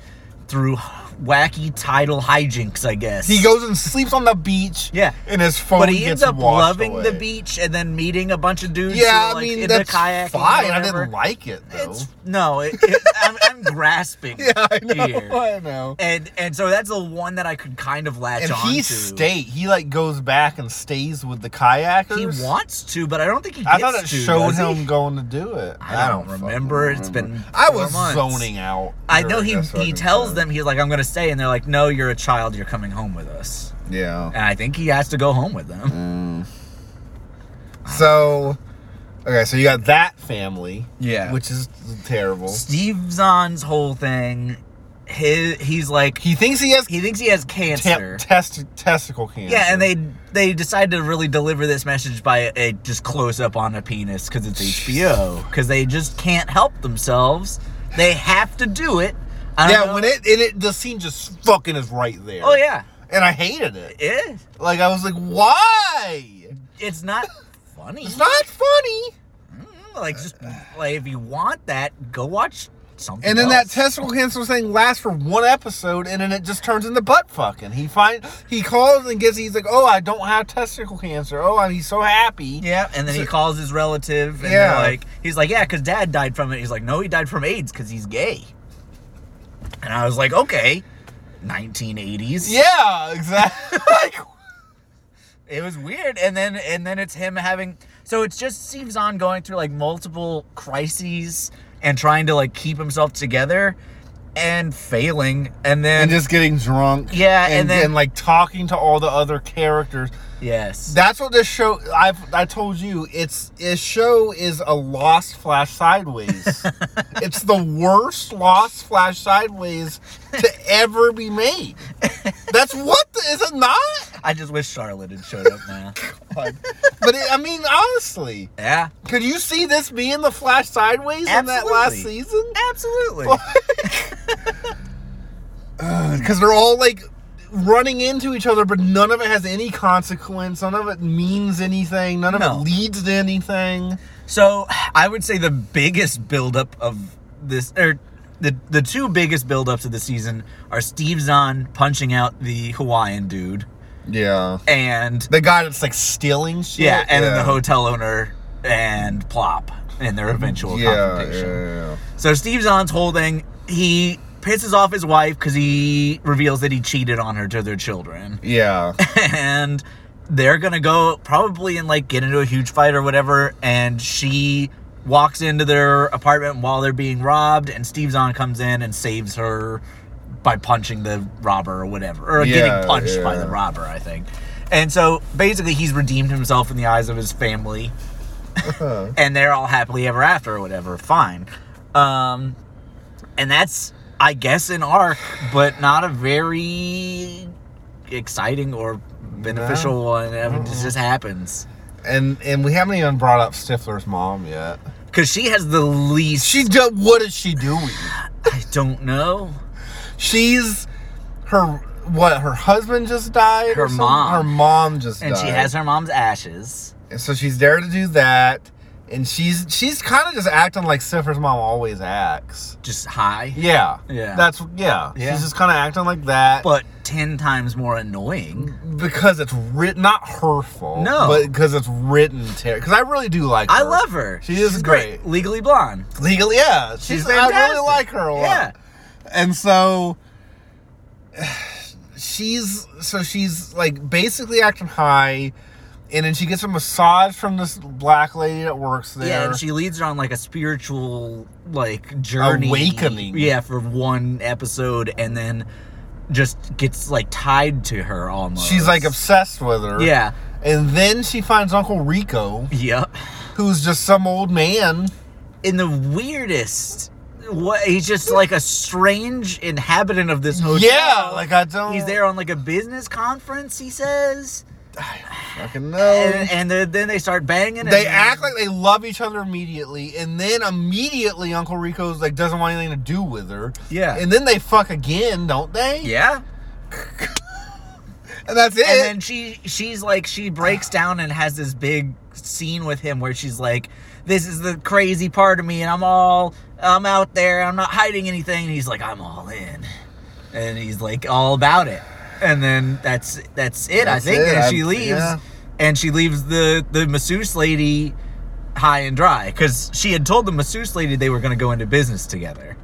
[SPEAKER 2] through wacky tidal hijinks, I guess.
[SPEAKER 1] he goes and sleeps on the beach.
[SPEAKER 2] Yeah.
[SPEAKER 1] And his phone
[SPEAKER 2] But he
[SPEAKER 1] gets
[SPEAKER 2] ends up
[SPEAKER 1] washed
[SPEAKER 2] loving the
[SPEAKER 1] away.
[SPEAKER 2] beach and then meeting a bunch of dudes. who
[SPEAKER 1] Yeah,
[SPEAKER 2] are,
[SPEAKER 1] I
[SPEAKER 2] like,
[SPEAKER 1] mean,
[SPEAKER 2] in
[SPEAKER 1] that's
[SPEAKER 2] the kayak.
[SPEAKER 1] fine. I didn't like it, though.
[SPEAKER 2] It's no, it, it, I'm,
[SPEAKER 1] [laughs]
[SPEAKER 2] I'm grasping
[SPEAKER 1] yeah, [laughs] I know.
[SPEAKER 2] here.
[SPEAKER 1] I know.
[SPEAKER 2] and and so that's the one that I could kind of latch
[SPEAKER 1] And
[SPEAKER 2] on
[SPEAKER 1] he
[SPEAKER 2] to.
[SPEAKER 1] stay. He like goes back and stays with the kayakers.
[SPEAKER 2] He wants to, but I don't think he gets
[SPEAKER 1] I thought it
[SPEAKER 2] to,
[SPEAKER 1] showed
[SPEAKER 2] does he?
[SPEAKER 1] him going to do it.
[SPEAKER 2] I don't
[SPEAKER 1] fucking
[SPEAKER 2] remember. It's been
[SPEAKER 1] I
[SPEAKER 2] four
[SPEAKER 1] was
[SPEAKER 2] months.
[SPEAKER 1] zoning out.
[SPEAKER 2] I know
[SPEAKER 1] during
[SPEAKER 2] he
[SPEAKER 1] this
[SPEAKER 2] he
[SPEAKER 1] fucking
[SPEAKER 2] tells
[SPEAKER 1] time.
[SPEAKER 2] them he's like I'm gonna stay, and they're like, No, you're a child. You're coming home with us.
[SPEAKER 1] Yeah.
[SPEAKER 2] And I think he has to go home with them.
[SPEAKER 1] Mm. So, okay, so you got that family,
[SPEAKER 2] Yeah.
[SPEAKER 1] which is terrible.
[SPEAKER 2] Steve Zahn's whole thing, his he's like
[SPEAKER 1] He thinks he has
[SPEAKER 2] he thinks he has
[SPEAKER 1] te-
[SPEAKER 2] cancer.
[SPEAKER 1] test testicle cancer.
[SPEAKER 2] yeah, and they they decide to really deliver this message by a, a just close up on a penis because it's HBO because they just can't help themselves. They have to do it. I don't
[SPEAKER 1] yeah,
[SPEAKER 2] know-
[SPEAKER 1] when it and it the scene just fucking is right there.
[SPEAKER 2] oh yeah,
[SPEAKER 1] and I hated it.
[SPEAKER 2] it
[SPEAKER 1] Like I was like, why?
[SPEAKER 2] it's not funny.
[SPEAKER 1] It's not funny.
[SPEAKER 2] Mm, Like just like if you want that, go watch something.
[SPEAKER 1] And then that
[SPEAKER 2] else.
[SPEAKER 1] testicle cancer thing lasts for one episode, and then it just turns into butt fucking. He find he calls and gets he's like, "Oh, I don't have testicle cancer. Oh, and he's so happy."
[SPEAKER 2] yeah, and then he calls his relative, and
[SPEAKER 1] Yeah.
[SPEAKER 2] they're like he's like, yeah, because dad died from it. He's like, no, he died from AIDS because he's gay. And I was like, okay, 1980s.
[SPEAKER 1] Yeah, exactly. [laughs] like,
[SPEAKER 2] it was weird and then and then it's him having so it's just steve zahn going through like multiple crises and trying to like keep himself together and failing and then
[SPEAKER 1] and just getting drunk.
[SPEAKER 2] Yeah, and then-
[SPEAKER 1] and like talking to all the other characters.
[SPEAKER 2] yes
[SPEAKER 1] That's what this show. I have I told you, it's this show is a Lost Flash
[SPEAKER 2] [laughs]
[SPEAKER 1] Sideways. it's the worst Lost Flash Sideways to ever be made. That's what the, is it not?
[SPEAKER 2] i just wish charlotte had showed up
[SPEAKER 1] [laughs]
[SPEAKER 2] now
[SPEAKER 1] God. but it, I mean, honestly,
[SPEAKER 2] yeah
[SPEAKER 1] could you see this being the Flash sideways in that last
[SPEAKER 2] Absolutely.
[SPEAKER 1] season?
[SPEAKER 2] absolutely
[SPEAKER 1] Because they're all like running into each other, but none of it has any consequence. None of it means anything. None of
[SPEAKER 2] No.
[SPEAKER 1] it leads to anything.
[SPEAKER 2] so i would say the biggest buildup of this or the, the two biggest buildups of the season are Steve Zahn punching out the Hawaiian dude
[SPEAKER 1] Yeah.
[SPEAKER 2] and
[SPEAKER 1] The guy that's like stealing shit.
[SPEAKER 2] Yeah, and then the hotel owner and Plop in their eventual confrontation. So Steve Zahn's holding. He pisses off his wife because he reveals that he cheated on her to their children,
[SPEAKER 1] yeah, yeah.
[SPEAKER 2] and they're gonna go probably and like get into a huge fight or whatever. And she walks into their apartment while they're being robbed, and Steve Zahn comes in and saves her by punching the robber or whatever, or
[SPEAKER 1] Yeah,
[SPEAKER 2] getting punched by
[SPEAKER 1] yeah.
[SPEAKER 2] the robber, I think. And so basically, he's redeemed himself in the eyes of his family
[SPEAKER 1] Uh-huh.
[SPEAKER 2] and they're all happily ever after or whatever. Fine. Um, and that's, I guess, an arc, but not a very exciting or beneficial one. I mean, it just happens
[SPEAKER 1] And and we haven't even brought up Stifler's mom yet.
[SPEAKER 2] because she has the least.
[SPEAKER 1] She do, what is she doing?
[SPEAKER 2] I don't know.
[SPEAKER 1] She's her what? Her husband just died.
[SPEAKER 2] Her
[SPEAKER 1] or something?
[SPEAKER 2] mom.
[SPEAKER 1] Her mom just
[SPEAKER 2] And
[SPEAKER 1] died.
[SPEAKER 2] she has her mom's ashes.
[SPEAKER 1] And so she's there to do that, and she's she's kind of just acting like Siffer's mom always acts.
[SPEAKER 2] Just high,
[SPEAKER 1] Yeah,
[SPEAKER 2] Yeah.
[SPEAKER 1] That's yeah.
[SPEAKER 2] Yeah.
[SPEAKER 1] She's just kind of acting like that,
[SPEAKER 2] but ten times more
[SPEAKER 1] Mm.
[SPEAKER 2] annoying.
[SPEAKER 1] because it's written not her fault.
[SPEAKER 2] No.
[SPEAKER 1] but because it's written terrible. Because I really do like.
[SPEAKER 2] I
[SPEAKER 1] her.
[SPEAKER 2] love her.
[SPEAKER 1] She is
[SPEAKER 2] She's
[SPEAKER 1] great.
[SPEAKER 2] Legally blonde.
[SPEAKER 1] Legally, yeah. She's,
[SPEAKER 2] She's
[SPEAKER 1] I really
[SPEAKER 2] fantastic.
[SPEAKER 1] like her a lot.
[SPEAKER 2] Yeah.
[SPEAKER 1] And so she's so she's like basically acting high and then she gets a massage from this black lady that works there.
[SPEAKER 2] Yeah, and she leads her on like a spiritual like journey
[SPEAKER 1] Awakening.
[SPEAKER 2] Yeah, for one episode and then just gets like tied to her almost.
[SPEAKER 1] She's like obsessed with her.
[SPEAKER 2] Yeah.
[SPEAKER 1] And then she finds Uncle Rico,
[SPEAKER 2] Yep.
[SPEAKER 1] who's just some old man.
[SPEAKER 2] In the weirdest what he's just like a strange inhabitant of this hotel.
[SPEAKER 1] Yeah, like I don't.
[SPEAKER 2] Oh, he's there on like a business conference. He says,
[SPEAKER 1] Fucking no.
[SPEAKER 2] and, and then then they start banging. And
[SPEAKER 1] they act like they love each other immediately, and then immediately Uncle Rico's like doesn't want anything to do with her.
[SPEAKER 2] Yeah.
[SPEAKER 1] And then they fuck again, don't they?
[SPEAKER 2] yeah.
[SPEAKER 1] And that's it.
[SPEAKER 2] and then she she's like
[SPEAKER 1] [sighs]
[SPEAKER 2] she breaks down and has this big scene with him where she's like this is the crazy part of me and i'm all i'm out there i'm not hiding anything and he's like i'm all in and he's like all about it and then that's that's it
[SPEAKER 1] That's
[SPEAKER 2] i think
[SPEAKER 1] it.
[SPEAKER 2] and she
[SPEAKER 1] I-
[SPEAKER 2] leaves
[SPEAKER 1] yeah.
[SPEAKER 2] and she leaves the the masseuse lady high and dry because she had told the masseuse lady they were going to go into business together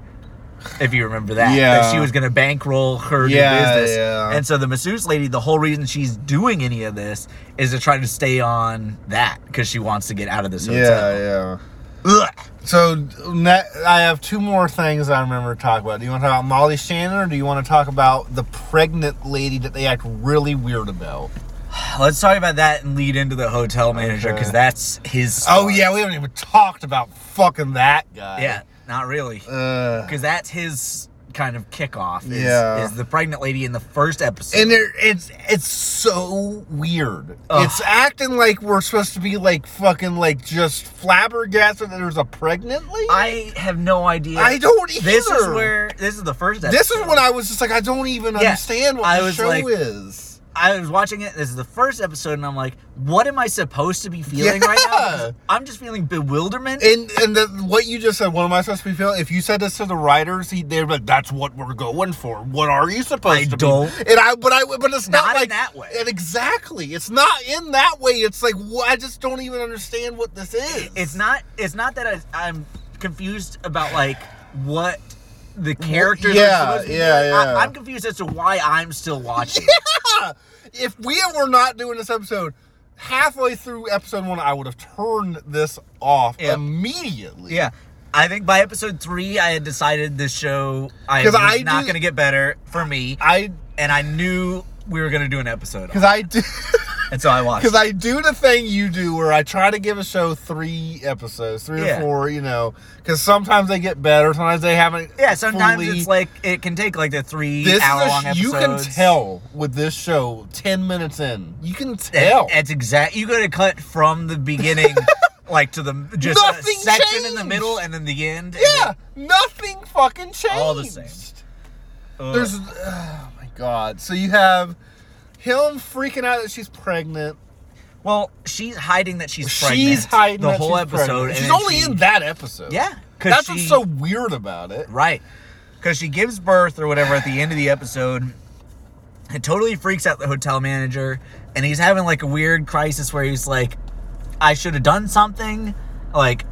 [SPEAKER 2] if you remember that that
[SPEAKER 1] Yeah.
[SPEAKER 2] she was going to bankroll her her new
[SPEAKER 1] Yeah,
[SPEAKER 2] business.
[SPEAKER 1] yeah.
[SPEAKER 2] And so the masseuse lady, the whole reason she's doing any of this is to try to stay on that because she wants to get out of this
[SPEAKER 1] yeah,
[SPEAKER 2] hotel.
[SPEAKER 1] yeah.
[SPEAKER 2] Ugh.
[SPEAKER 1] So ne- I have two more things I remember to talk about. Do you want to talk about Molly Shannon, or do you want to talk about the pregnant lady that they act really weird about?
[SPEAKER 2] Let's talk about that and lead into the hotel manager because
[SPEAKER 1] Okay.
[SPEAKER 2] that's his.
[SPEAKER 1] Oh
[SPEAKER 2] story.
[SPEAKER 1] yeah, we haven't even talked about fucking that guy.
[SPEAKER 2] yeah, not really
[SPEAKER 1] Uh,
[SPEAKER 2] because that's his kind of kickoff. Is,
[SPEAKER 1] Yeah.
[SPEAKER 2] is the pregnant lady in the first episode?
[SPEAKER 1] and there, it's it's so weird.
[SPEAKER 2] Ugh.
[SPEAKER 1] It's acting like we're supposed to be like fucking like just flabbergasted that there's a pregnant lady.
[SPEAKER 2] I have no idea.
[SPEAKER 1] I don't either.
[SPEAKER 2] This is where this is the first. Episode.
[SPEAKER 1] This is when I was just like I don't even
[SPEAKER 2] Yeah,
[SPEAKER 1] understand what
[SPEAKER 2] I
[SPEAKER 1] the
[SPEAKER 2] was
[SPEAKER 1] show
[SPEAKER 2] like-
[SPEAKER 1] is.
[SPEAKER 2] I was watching it. This is the first episode, and I'm like, what am I supposed to be feeling right now?
[SPEAKER 1] Yeah.
[SPEAKER 2] Because I'm just feeling bewilderment.
[SPEAKER 1] And and the, what you just said, what am I supposed to be feeling? If you said this to the writers, he, they'd be like, "That's what we're going for." What are you supposed
[SPEAKER 2] I
[SPEAKER 1] to
[SPEAKER 2] don't-
[SPEAKER 1] be? And I, but I, but it's not,
[SPEAKER 2] Not in
[SPEAKER 1] like
[SPEAKER 2] that way.
[SPEAKER 1] And exactly, it's not in that way. It's like wh- I just don't even understand what this is.
[SPEAKER 2] it's not. It's not that I, I'm confused about like what the characters.
[SPEAKER 1] Yeah,
[SPEAKER 2] are supposed to be
[SPEAKER 1] yeah,
[SPEAKER 2] doing.
[SPEAKER 1] yeah.
[SPEAKER 2] I, I'm confused as to why I'm
[SPEAKER 1] [laughs]
[SPEAKER 2] still watching.
[SPEAKER 1] Yeah! If we were not doing this episode halfway through episode one, I would have turned this off
[SPEAKER 2] Yeah.
[SPEAKER 1] immediately.
[SPEAKER 2] yeah. I think by episode three, I had decided this show I
[SPEAKER 1] 'Cause
[SPEAKER 2] was
[SPEAKER 1] I
[SPEAKER 2] not
[SPEAKER 1] do-
[SPEAKER 2] going to get better for me,
[SPEAKER 1] I
[SPEAKER 2] and I knew we were going to do an episode,
[SPEAKER 1] because I do. [laughs]
[SPEAKER 2] and so I watched.
[SPEAKER 1] Because I do the thing you do where I try to give a show three episodes, three
[SPEAKER 2] Yeah.
[SPEAKER 1] or four, you know, because sometimes they get better, sometimes they haven't.
[SPEAKER 2] yeah, sometimes
[SPEAKER 1] fully-
[SPEAKER 2] it's like it can take like the three
[SPEAKER 1] this is a
[SPEAKER 2] hour long
[SPEAKER 1] sh-
[SPEAKER 2] episodes.
[SPEAKER 1] You can tell with this show, 10 minutes in, you can
[SPEAKER 2] That-
[SPEAKER 1] tell.
[SPEAKER 2] That's exact. You got to cut from
[SPEAKER 1] [laughs]
[SPEAKER 2] the beginning, like to the just a
[SPEAKER 1] Nothing
[SPEAKER 2] section in the
[SPEAKER 1] changed.
[SPEAKER 2] middle and then the end. and
[SPEAKER 1] yeah, nothing fucking changed.
[SPEAKER 2] All the same. then-
[SPEAKER 1] There's, oh my god. So you have him freaking out that she's pregnant.
[SPEAKER 2] well, she's hiding that she's pregnant.
[SPEAKER 1] She's hiding
[SPEAKER 2] the
[SPEAKER 1] that
[SPEAKER 2] whole
[SPEAKER 1] she's
[SPEAKER 2] episode.
[SPEAKER 1] pregnant.
[SPEAKER 2] and
[SPEAKER 1] She's
[SPEAKER 2] then
[SPEAKER 1] only
[SPEAKER 2] she-
[SPEAKER 1] in that episode.
[SPEAKER 2] Yeah, 'cause
[SPEAKER 1] that's
[SPEAKER 2] she-
[SPEAKER 1] what's so weird about it.
[SPEAKER 2] [laughs] right because she gives birth or whatever at the end of the episode. It totally freaks out the hotel manager, and he's having like a weird crisis where he's like, "I should have done something." Like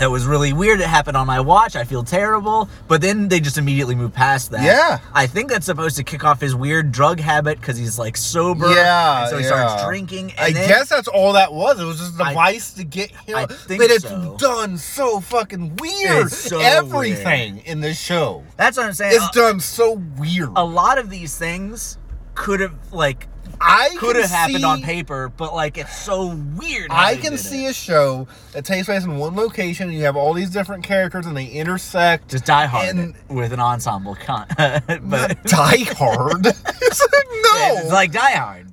[SPEAKER 2] it was really weird. It happened on my watch. I feel terrible. But then they just immediately move past that.
[SPEAKER 1] Yeah.
[SPEAKER 2] I think that's supposed to kick off his weird drug habit because he's like sober.
[SPEAKER 1] Yeah.
[SPEAKER 2] And so he
[SPEAKER 1] yeah.
[SPEAKER 2] starts drinking. And
[SPEAKER 1] I
[SPEAKER 2] then-
[SPEAKER 1] guess that's all that was. It was just a
[SPEAKER 2] I-
[SPEAKER 1] device to get him.
[SPEAKER 2] I think
[SPEAKER 1] but it's
[SPEAKER 2] so.
[SPEAKER 1] done so fucking weird.
[SPEAKER 2] It's so
[SPEAKER 1] Everything in this show.
[SPEAKER 2] that's what I'm saying. Uh,
[SPEAKER 1] It's
[SPEAKER 2] A-
[SPEAKER 1] done so weird.
[SPEAKER 2] a lot of these things could have like
[SPEAKER 1] I
[SPEAKER 2] could
[SPEAKER 1] can
[SPEAKER 2] have happened
[SPEAKER 1] see-
[SPEAKER 2] on paper, but like it's so weird. how
[SPEAKER 1] I
[SPEAKER 2] they
[SPEAKER 1] can
[SPEAKER 2] did
[SPEAKER 1] see
[SPEAKER 2] it.
[SPEAKER 1] a show that takes place in one location and you have all these different characters and they intersect.
[SPEAKER 2] Just Die Hard
[SPEAKER 1] And-
[SPEAKER 2] it with an ensemble, con- [laughs]
[SPEAKER 1] [laughs]
[SPEAKER 2] but
[SPEAKER 1] Die Hard. it's like, no.
[SPEAKER 2] it's like Die Hard.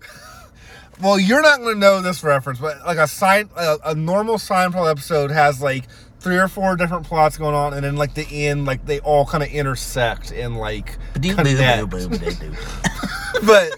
[SPEAKER 1] well, you're not going to know this reference, but like a sign, a, a normal Seinfeld episode has like three or four different plots going on, and then like the end, like they all kind of intersect and like connect. [laughs] but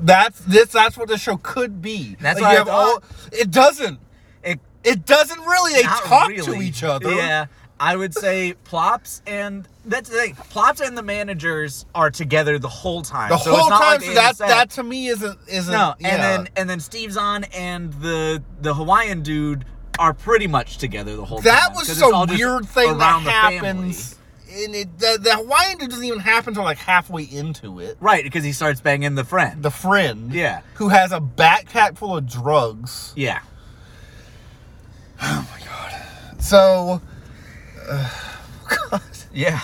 [SPEAKER 1] that's this. That's what the show could be.
[SPEAKER 2] That's
[SPEAKER 1] like,
[SPEAKER 2] what
[SPEAKER 1] you
[SPEAKER 2] I
[SPEAKER 1] have
[SPEAKER 2] thought.
[SPEAKER 1] it doesn't.
[SPEAKER 2] It-
[SPEAKER 1] It doesn't really. They
[SPEAKER 2] not
[SPEAKER 1] talk to
[SPEAKER 2] really.
[SPEAKER 1] each other.
[SPEAKER 2] Yeah, I would say Plops and that's the thing. Plops and the managers are together the whole time.
[SPEAKER 1] The
[SPEAKER 2] so it's
[SPEAKER 1] whole
[SPEAKER 2] not
[SPEAKER 1] time.
[SPEAKER 2] like
[SPEAKER 1] so
[SPEAKER 2] they
[SPEAKER 1] that
[SPEAKER 2] intersect.
[SPEAKER 1] that to me isn't isn't.
[SPEAKER 2] no.
[SPEAKER 1] yeah.
[SPEAKER 2] And then and then Steve's on and the the Hawaiian dude are pretty much together the whole time.
[SPEAKER 1] That was
[SPEAKER 2] 'cause it's
[SPEAKER 1] so
[SPEAKER 2] all just
[SPEAKER 1] weird thing that
[SPEAKER 2] around the family.
[SPEAKER 1] happens. And it, the, the Hawaiian dude doesn't even happen until like halfway into it.
[SPEAKER 2] Right, because he starts banging the friend.
[SPEAKER 1] The friend,
[SPEAKER 2] Yeah.
[SPEAKER 1] who has a backpack full of drugs.
[SPEAKER 2] yeah.
[SPEAKER 1] So,
[SPEAKER 2] Yeah.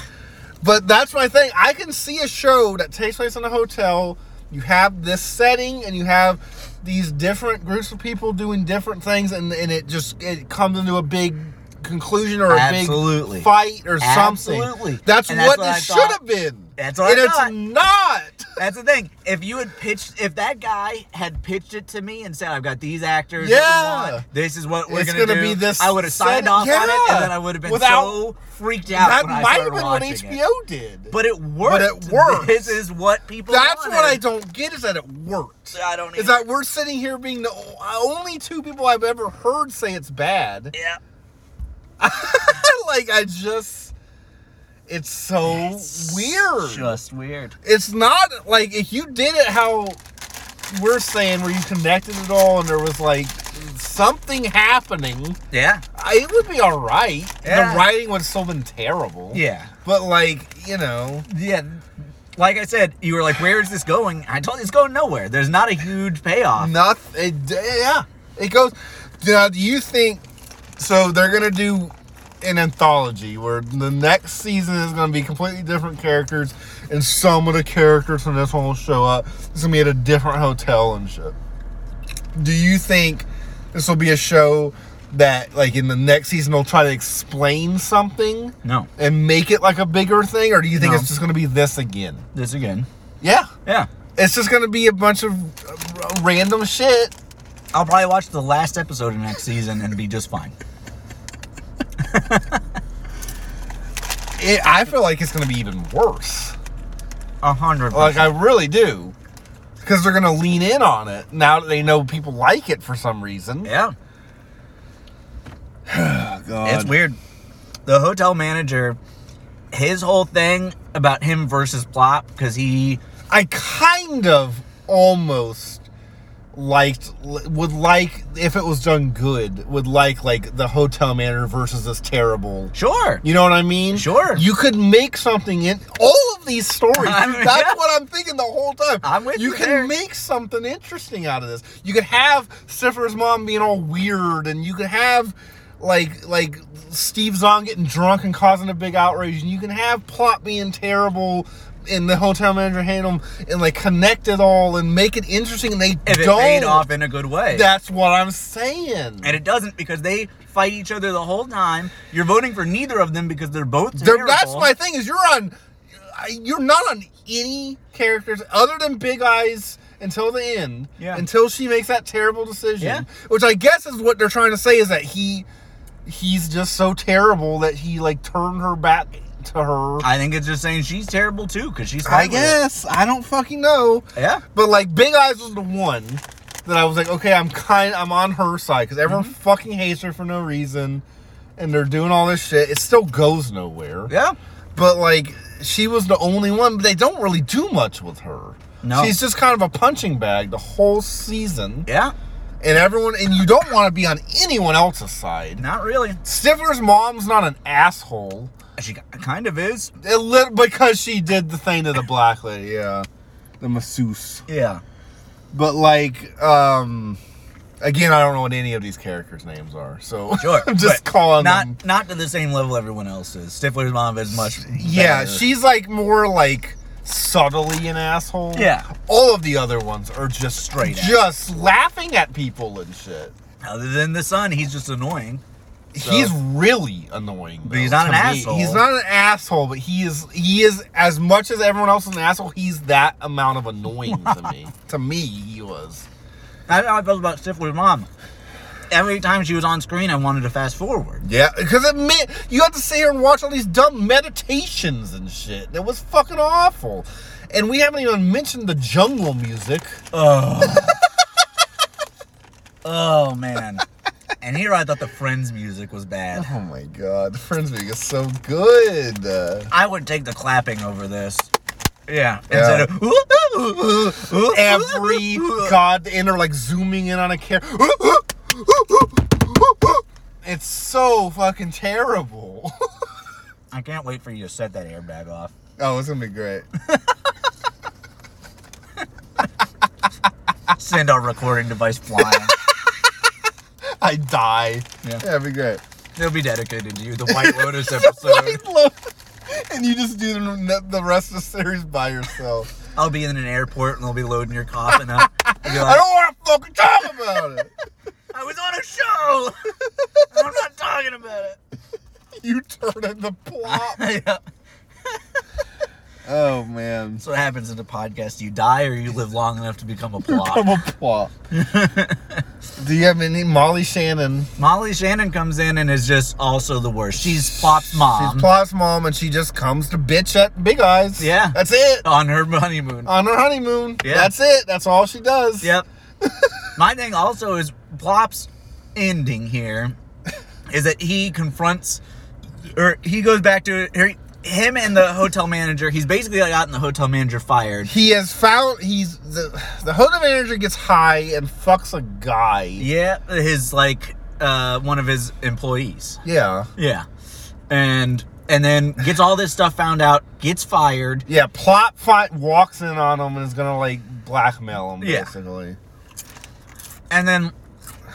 [SPEAKER 1] but that's my thing. I can see a show that takes place in a hotel. You have this setting, and you have these different groups of people doing different things, and, and it just it comes into a big conclusion or a
[SPEAKER 2] Absolutely.
[SPEAKER 1] big fight or
[SPEAKER 2] Absolutely.
[SPEAKER 1] something. That's
[SPEAKER 2] And that's
[SPEAKER 1] what,
[SPEAKER 2] what I
[SPEAKER 1] it should
[SPEAKER 2] thought.
[SPEAKER 1] have been.
[SPEAKER 2] That's what I
[SPEAKER 1] and
[SPEAKER 2] thought.
[SPEAKER 1] it's not.
[SPEAKER 2] That's the thing. If you had pitched, if that guy had pitched it to me and said, "I've got these actors, that we
[SPEAKER 1] Yeah.
[SPEAKER 2] want. this is what we're
[SPEAKER 1] It's
[SPEAKER 2] gonna,
[SPEAKER 1] gonna
[SPEAKER 2] do,"
[SPEAKER 1] be this
[SPEAKER 2] I would have signed
[SPEAKER 1] set-
[SPEAKER 2] off on it,
[SPEAKER 1] yeah.
[SPEAKER 2] and then I would have been
[SPEAKER 1] Without-
[SPEAKER 2] so freaked out.
[SPEAKER 1] That
[SPEAKER 2] when I
[SPEAKER 1] might
[SPEAKER 2] started
[SPEAKER 1] have been what
[SPEAKER 2] watching
[SPEAKER 1] HBO
[SPEAKER 2] It.
[SPEAKER 1] did.
[SPEAKER 2] But it worked. [laughs]
[SPEAKER 1] it worked.
[SPEAKER 2] This is what people.
[SPEAKER 1] That's what I
[SPEAKER 2] wanted.
[SPEAKER 1] don't get is that it worked.
[SPEAKER 2] I don't
[SPEAKER 1] Is
[SPEAKER 2] either.
[SPEAKER 1] that we're sitting here being the only two people I've ever heard say it's bad.
[SPEAKER 2] Yeah.
[SPEAKER 1] [laughs] like I just it's so weird.
[SPEAKER 2] Just weird.
[SPEAKER 1] it's not like if you did it how we're saying where you connected it all and there was like something happening,
[SPEAKER 2] Yeah.
[SPEAKER 1] I- it would be all right.
[SPEAKER 2] Yeah.
[SPEAKER 1] The writing would still been terrible.
[SPEAKER 2] Yeah.
[SPEAKER 1] But like, you know,
[SPEAKER 2] Yeah. Like I said, you were like, "Where is this going?" I told you it's going nowhere. There's not a huge payoff.
[SPEAKER 1] Nothing. Yeah, it goes. Now, do you think? So they're gonna do an anthology where the next season is gonna be completely different characters, and some of the characters from this one will show up. It's gonna be at a different hotel and shit. Do you think this will be a show that, like, in the next season, they'll try to explain something
[SPEAKER 2] No.
[SPEAKER 1] and make it like a bigger thing, or do you think
[SPEAKER 2] No.
[SPEAKER 1] it's just gonna be this again?
[SPEAKER 2] This again.
[SPEAKER 1] Yeah,
[SPEAKER 2] Yeah.
[SPEAKER 1] it's just gonna be a bunch of uh, random shit.
[SPEAKER 2] I'll probably watch the last episode of next season and be just fine.
[SPEAKER 1] it, I feel like it's going to be even worse.
[SPEAKER 2] A hundred.
[SPEAKER 1] Like
[SPEAKER 2] percent.
[SPEAKER 1] I really do, because they're going to lean in on it now that they know people like it for some reason.
[SPEAKER 2] yeah,
[SPEAKER 1] God.
[SPEAKER 2] it's weird. The hotel manager, his whole thing about him versus Plop, because he
[SPEAKER 1] I kind of almost liked would like if it was done good would like like the hotel manager versus this terrible.
[SPEAKER 2] sure
[SPEAKER 1] You know what I mean?
[SPEAKER 2] Sure.
[SPEAKER 1] You could make something in all of these stories.
[SPEAKER 2] I mean,
[SPEAKER 1] That's
[SPEAKER 2] yeah.
[SPEAKER 1] what I'm thinking the whole time.
[SPEAKER 2] I'm with you
[SPEAKER 1] can
[SPEAKER 2] there.
[SPEAKER 1] make something interesting out of this. You could have Siffer's mom being all weird, and you could have like like Steve Zahn getting drunk and causing a big outrage, and you can have plot being terrible. And the hotel manager handle 'em and like connect it all and make it interesting. And they
[SPEAKER 2] if it
[SPEAKER 1] don't.
[SPEAKER 2] paid off in a good way.
[SPEAKER 1] That's what I'm saying.
[SPEAKER 2] and it doesn't because they fight each other the whole time. You're voting for neither of them because they're both
[SPEAKER 1] They're,
[SPEAKER 2] terrible.
[SPEAKER 1] that's my thing. Is you're on, I- you're not on any characters other than Big Eyes until the end.
[SPEAKER 2] Yeah.
[SPEAKER 1] Until she makes that terrible decision,
[SPEAKER 2] Yeah.
[SPEAKER 1] which I guess is what they're trying to say is that he, he's just so terrible that he like turned her back to her.
[SPEAKER 2] I think it's just saying she's terrible too because she's.
[SPEAKER 1] I
[SPEAKER 2] fine with it.
[SPEAKER 1] guess I don't fucking know.
[SPEAKER 2] Yeah.
[SPEAKER 1] But like Big Eyes was the one that I was like, okay, I'm kind, I'm on her side because everyone
[SPEAKER 2] Mm-hmm.
[SPEAKER 1] fucking hates her for no reason, and they're doing all this shit. It still goes nowhere
[SPEAKER 2] Yeah.
[SPEAKER 1] but like she was the only one. But they don't really do much with her.
[SPEAKER 2] No.
[SPEAKER 1] she's just kind of a punching bag the whole season,
[SPEAKER 2] Yeah.
[SPEAKER 1] and everyone and you don't want to be on anyone else's side.
[SPEAKER 2] Not really.
[SPEAKER 1] Stifler's mom's not an asshole,
[SPEAKER 2] She kind of is.
[SPEAKER 1] it lit, because she did the thing to the black lady, yeah, the masseuse.
[SPEAKER 2] Yeah.
[SPEAKER 1] But like, um, again, I don't know what any of these characters' names are, so
[SPEAKER 2] Sure.
[SPEAKER 1] [laughs] I'm just
[SPEAKER 2] but
[SPEAKER 1] calling
[SPEAKER 2] not,
[SPEAKER 1] them.
[SPEAKER 2] Not to the same level everyone else is. Stifler's mom is much.
[SPEAKER 1] Yeah,
[SPEAKER 2] better.
[SPEAKER 1] she's like more like subtly an asshole.
[SPEAKER 2] Yeah.
[SPEAKER 1] All of the other ones are just
[SPEAKER 2] Straight
[SPEAKER 1] straight
[SPEAKER 2] at
[SPEAKER 1] just laughing at people and shit.
[SPEAKER 2] Other than the son, he's just annoying. So-
[SPEAKER 1] He's really annoying.
[SPEAKER 2] But he's
[SPEAKER 1] though,
[SPEAKER 2] not an
[SPEAKER 1] to
[SPEAKER 2] asshole.
[SPEAKER 1] He's not an asshole, but he is he is as much as everyone else is an asshole, he's that amount of annoying to
[SPEAKER 2] [laughs]
[SPEAKER 1] me. To me, he was.
[SPEAKER 2] I don't know how I felt about Stifler's mom. Every time she was on screen, I wanted to fast forward.
[SPEAKER 1] Yeah, because it meant you have to sit here and watch all these dumb meditations and shit. That was fucking awful. And we haven't even mentioned the jungle music.
[SPEAKER 2] Oh. [laughs] oh man. And here I thought the Friends music was bad.
[SPEAKER 1] Oh my god, the Friends music is so good. Uh,
[SPEAKER 2] I would take the clapping over this. Yeah. Instead of of
[SPEAKER 1] every god, and they're like zooming in on a character. It's so fucking terrible.
[SPEAKER 2] I can't wait for you to set that airbag off.
[SPEAKER 1] Oh, it's gonna be great.
[SPEAKER 2] Send our recording device flying.
[SPEAKER 1] I die.
[SPEAKER 2] Yeah.
[SPEAKER 1] that'd be great.
[SPEAKER 2] [laughs] It'll be dedicated to you, the White [laughs] Lotus episode.
[SPEAKER 1] Like, look, and you just do the the rest of the series by yoself.
[SPEAKER 2] I'll be in an airport and they'll be loading your coffin [laughs] up. You'll be
[SPEAKER 1] I
[SPEAKER 2] like,
[SPEAKER 1] don't want to fucking talk about it. [laughs]
[SPEAKER 2] [laughs] I was on a show! and I'm not talking about it. [laughs]
[SPEAKER 1] you turn in the plop.
[SPEAKER 2] yeah.
[SPEAKER 1] oh man.
[SPEAKER 2] That's what happens in a podcast. You die or you live long enough to become a
[SPEAKER 1] Come
[SPEAKER 2] plop.
[SPEAKER 1] a [laughs] plop. Do you have any Molly Shannon?
[SPEAKER 2] Molly Shannon comes in and is just also the worst. She's plop's mom.
[SPEAKER 1] She's Plop's mom, and she just comes to bitch at Big Eyes.
[SPEAKER 2] Yeah.
[SPEAKER 1] that's it.
[SPEAKER 2] on her honeymoon.
[SPEAKER 1] On her honeymoon.
[SPEAKER 2] Yeah.
[SPEAKER 1] that's it. That's all she does.
[SPEAKER 2] Yep. My thing also is Plop's ending here is that he confronts or he goes back to or him and the hotel manager. He's basically gotten the hotel manager fired.
[SPEAKER 1] He has found he's the the hotel manager gets high and fucks a guy.
[SPEAKER 2] Yeah, his like uh, one of his employees.
[SPEAKER 1] Yeah.
[SPEAKER 2] Yeah, and and then gets all this stuff found out, gets fired.
[SPEAKER 1] Yeah, plot fight walks in on him and is gonna like blackmail him
[SPEAKER 2] Yeah.
[SPEAKER 1] basically.
[SPEAKER 2] and then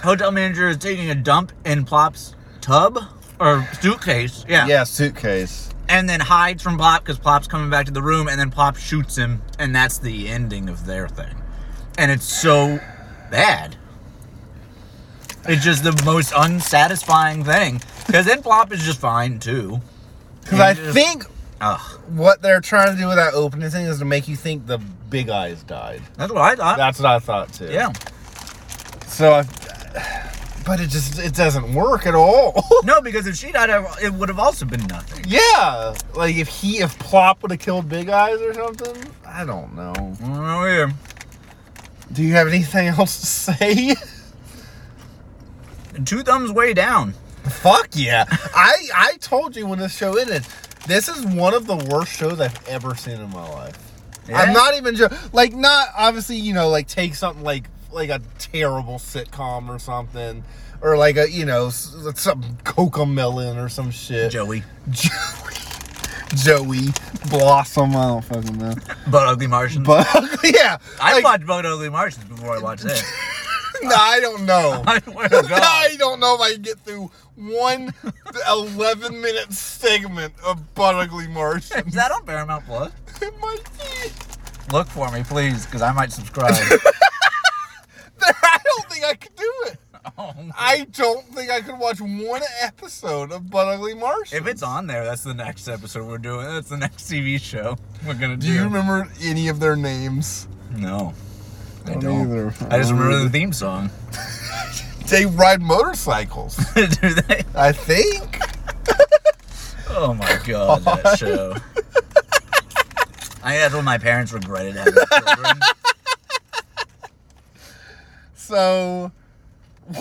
[SPEAKER 2] hotel manager is taking a dump in Plop's tub or suitcase. Yeah.
[SPEAKER 1] Yeah, suitcase.
[SPEAKER 2] And then hides from Plop because Plop's coming back to the room, and then Plop shoots him, and that's the ending of their thing. And it's so bad. It's just the most unsatisfying thing. Because then Plop is just fine too.
[SPEAKER 1] Because
[SPEAKER 2] Yeah,
[SPEAKER 1] I
[SPEAKER 2] just-
[SPEAKER 1] think
[SPEAKER 2] Ugh,
[SPEAKER 1] what they're trying to do with that opening thing is to make you think the big eyes died.
[SPEAKER 2] that's what I thought.
[SPEAKER 1] That's what I thought too.
[SPEAKER 2] yeah.
[SPEAKER 1] So, I, but it just it doesn't work at all. [laughs]
[SPEAKER 2] No, because if she died, it would have also been nothing.
[SPEAKER 1] yeah, like if he if Plop would have killed Big Eyes or something, I don't know.
[SPEAKER 2] I don't know either.
[SPEAKER 1] Do you have anything [laughs] else to say?
[SPEAKER 2] Two thumbs way down.
[SPEAKER 1] Fuck yeah! I I told you when this show ended. This is one of the worst shows I've ever seen in my life.
[SPEAKER 2] Yeah.
[SPEAKER 1] I'm not even joking. Like, not obviously, you know, like take something like like a terrible sitcom or something, or like a you know s- some Coca Melon or some shit.
[SPEAKER 2] Joey.
[SPEAKER 1] Joey, Joey Blossom. I don't fucking know.
[SPEAKER 2] But Ugly Martians.
[SPEAKER 1] But [laughs] yeah, [laughs]
[SPEAKER 2] I
[SPEAKER 1] like,
[SPEAKER 2] watched Bug Ugly Martians before I watched this. [laughs]
[SPEAKER 1] no, I don't know.
[SPEAKER 2] I swear to
[SPEAKER 1] [laughs]
[SPEAKER 2] God.
[SPEAKER 1] I don't know if I can get through one 11 minute segment of Butt Ugly Martian.
[SPEAKER 2] [laughs] Is that on Paramount Plus?
[SPEAKER 1] My teeth.
[SPEAKER 2] Look for me, please, because I
[SPEAKER 1] [laughs]
[SPEAKER 2] might subscribe.
[SPEAKER 1] I don't think I could do it.
[SPEAKER 2] Oh, no.
[SPEAKER 1] I don't think I could watch one episode of Butt Ugly Martian.
[SPEAKER 2] if it's on there, that's the next episode we're doing. That's the next TV show we're gonna do.
[SPEAKER 1] Do you remember any of their names?
[SPEAKER 2] No, I
[SPEAKER 1] Don't
[SPEAKER 2] don't.
[SPEAKER 1] either. Um,
[SPEAKER 2] I just remember the theme song. [laughs]
[SPEAKER 1] They ride motorcycles,
[SPEAKER 2] do they?
[SPEAKER 1] I
[SPEAKER 2] [laughs]
[SPEAKER 1] think.
[SPEAKER 2] Oh my god,
[SPEAKER 1] [laughs]
[SPEAKER 2] that show. I think that's when my parents regretted having
[SPEAKER 1] [laughs]
[SPEAKER 2] children. [laughs]
[SPEAKER 1] So,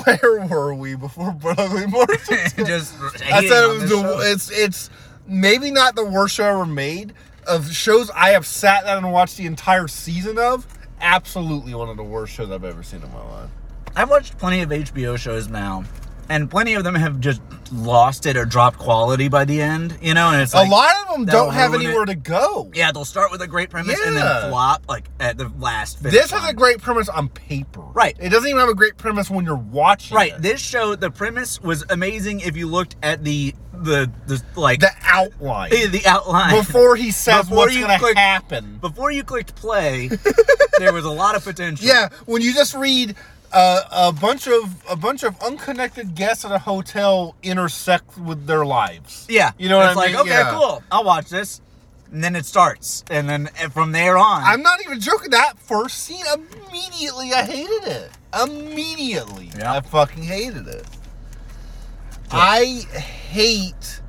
[SPEAKER 1] where were we before Butt Ugly
[SPEAKER 2] [laughs]
[SPEAKER 1] Martian?
[SPEAKER 2] just
[SPEAKER 1] I
[SPEAKER 2] hating
[SPEAKER 1] said
[SPEAKER 2] on
[SPEAKER 1] it was
[SPEAKER 2] this
[SPEAKER 1] the
[SPEAKER 2] show.
[SPEAKER 1] it's it's maybe not the worst show ever made. Of shows I have sat down and watched the entire season of, absolutely one of the worst shows I've ever seen in my life.
[SPEAKER 2] I've watched plenty of HBO shows now, and plenty of them have just lost it or dropped quality by the end. You know, and it's like,
[SPEAKER 1] a lot of them
[SPEAKER 2] that'll
[SPEAKER 1] don't have
[SPEAKER 2] ruin
[SPEAKER 1] anywhere to go.
[SPEAKER 2] Yeah, they'll start with a great premise and
[SPEAKER 1] Yeah.
[SPEAKER 2] then flop like at the last. finish
[SPEAKER 1] This has a
[SPEAKER 2] line.
[SPEAKER 1] great premise on paper.
[SPEAKER 2] Right.
[SPEAKER 1] It doesn't even have a great premise when you're watching.
[SPEAKER 2] right.
[SPEAKER 1] it.
[SPEAKER 2] This show, the premise was amazing. If you looked at the the the like
[SPEAKER 1] The
[SPEAKER 2] [laughs]
[SPEAKER 1] outline.
[SPEAKER 2] eh, the outline
[SPEAKER 1] Before he says
[SPEAKER 2] Before
[SPEAKER 1] what's
[SPEAKER 2] you
[SPEAKER 1] going
[SPEAKER 2] click-
[SPEAKER 1] to happen.
[SPEAKER 2] before you clicked
[SPEAKER 1] [laughs]
[SPEAKER 2] play, there was a lot of potential.
[SPEAKER 1] Yeah, when you just read uh, a bunch of a bunch of unconnected guests at a hotel intersect with their lives.
[SPEAKER 2] yeah.
[SPEAKER 1] you know what
[SPEAKER 2] it's
[SPEAKER 1] I
[SPEAKER 2] like,
[SPEAKER 1] mean.
[SPEAKER 2] Okay,
[SPEAKER 1] Yeah.
[SPEAKER 2] cool. I'll watch this, and then it starts, and then eh, from there on,
[SPEAKER 1] I'm not even joking. That first scene, immediately I hated it. Immediately,
[SPEAKER 2] Yeah.
[SPEAKER 1] I fucking hated it. I hate.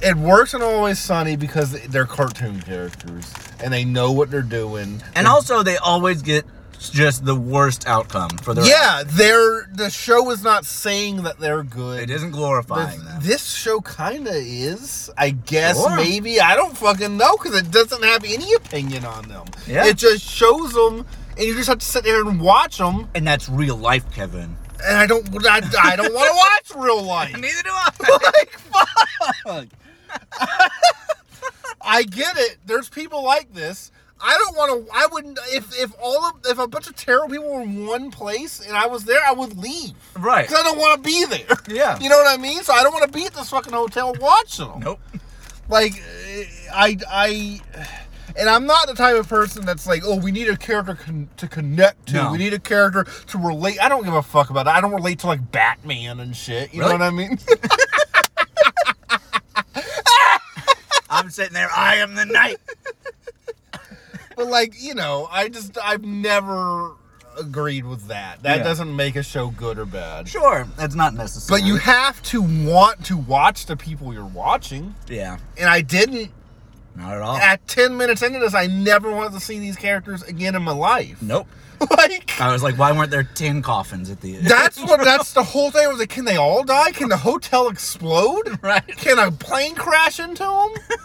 [SPEAKER 1] It works on Always Sunny because they're cartoon characters and they know what they're doing.
[SPEAKER 2] and also they always get just the worst outcome for their
[SPEAKER 1] yeah, they're the show is not saying that they're good.
[SPEAKER 2] It isn't glorifying
[SPEAKER 1] This-
[SPEAKER 2] them.
[SPEAKER 1] This show kind of is, I guess.
[SPEAKER 2] Sure.
[SPEAKER 1] Maybe I don't fucking know because it doesn't have any opinion on them.
[SPEAKER 2] Yeah.
[SPEAKER 1] it just shows them, and you just have to sit there and watch them.
[SPEAKER 2] and that's real life, Kevin.
[SPEAKER 1] And I don't, I, I don't
[SPEAKER 2] [laughs]
[SPEAKER 1] want to watch real life.
[SPEAKER 2] Neither
[SPEAKER 1] [laughs]
[SPEAKER 2] do I.
[SPEAKER 1] Like fuck. I get it. There's people like this. I don't want to. I wouldn't. If if all of if a bunch of terrible people were in one place and I was there, I would leave
[SPEAKER 2] right.
[SPEAKER 1] because I don't want to be there.
[SPEAKER 2] [laughs] Yeah.
[SPEAKER 1] You know what I mean? So I don't want to be at this fucking hotel watching them.
[SPEAKER 2] Nope.
[SPEAKER 1] Like, eh, I, I, and I'm not the type of person that's like, oh, we need a character con- to connect to.
[SPEAKER 2] No.
[SPEAKER 1] We need a character to relate. I don't give a fuck about that. I don't relate to like Batman and shit. You know
[SPEAKER 2] Really?
[SPEAKER 1] what I mean?
[SPEAKER 2] I'm sitting there. I am the knight.
[SPEAKER 1] [laughs] But like, you know, I just I've never agreed with that. That
[SPEAKER 2] Yeah.
[SPEAKER 1] doesn't make a show good or bad.
[SPEAKER 2] sure, that's not necessary.
[SPEAKER 1] But you have to want to watch the people you're watching.
[SPEAKER 2] yeah,
[SPEAKER 1] And I didn't
[SPEAKER 2] not at all.
[SPEAKER 1] at 10 minutes into this, I never wanted to see these characters again in my life.
[SPEAKER 2] nope.
[SPEAKER 1] [laughs] Like
[SPEAKER 2] I was like, why weren't there tin coffins at the end? [laughs]
[SPEAKER 1] that's what that's the whole thing. I was like, can they all die? Can the hotel explode?
[SPEAKER 2] [laughs] Right.
[SPEAKER 1] Can a plane crash into
[SPEAKER 2] [laughs]
[SPEAKER 1] them?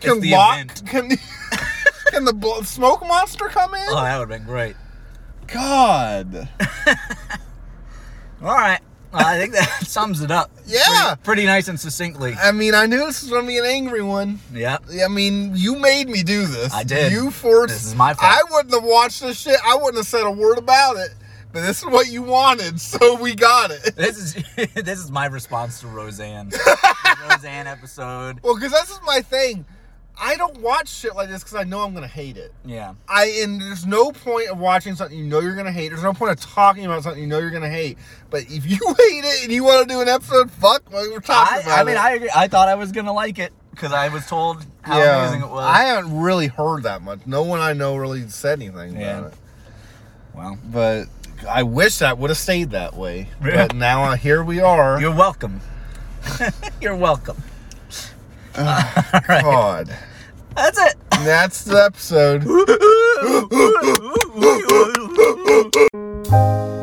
[SPEAKER 1] Can
[SPEAKER 2] the
[SPEAKER 1] Locke-
[SPEAKER 2] event.
[SPEAKER 1] can [laughs] can the bl- smoke monster come in?
[SPEAKER 2] oh, that would have been great.
[SPEAKER 1] God.
[SPEAKER 2] All right. Well, I think that [laughs] sums it up.
[SPEAKER 1] Yeah.
[SPEAKER 2] Pretty, pretty nice and succinctly.
[SPEAKER 1] I mean, I knew this was gonna be an angry one.
[SPEAKER 2] Yep.
[SPEAKER 1] I mean, you made me do this.
[SPEAKER 2] I did.
[SPEAKER 1] You forced.
[SPEAKER 2] This is my fault.
[SPEAKER 1] I wouldn't have watched this shit. I wouldn't have said a word about it. But this is what you wanted, so we got it. [laughs]
[SPEAKER 2] This is [laughs] this is my response to Roseanne. The Roseanne episode.
[SPEAKER 1] Well, because this is my thing. I don't watch shit like this because I know I'm gonna hate it.
[SPEAKER 2] Yeah.
[SPEAKER 1] I and there's no point of watching something you know you're gonna hate. There's no point of talking about something you know you're gonna hate. But if you [laughs] hate it and you want to do an episode, fuck, like we're talking
[SPEAKER 2] I,
[SPEAKER 1] about
[SPEAKER 2] I mean,
[SPEAKER 1] it.
[SPEAKER 2] I agree. I thought I was gonna like it because I was told how amazing it was.
[SPEAKER 1] I haven't really heard that much. No one I know really said anything
[SPEAKER 2] Yeah.
[SPEAKER 1] about it.
[SPEAKER 2] well,
[SPEAKER 1] But I wish that would have stayed that way.
[SPEAKER 2] Yeah.
[SPEAKER 1] But now uh, here we are.
[SPEAKER 2] you're welcome. [laughs] you're welcome.
[SPEAKER 1] God,
[SPEAKER 2] That's it.
[SPEAKER 1] And that's
[SPEAKER 2] [laughs]
[SPEAKER 1] the episode.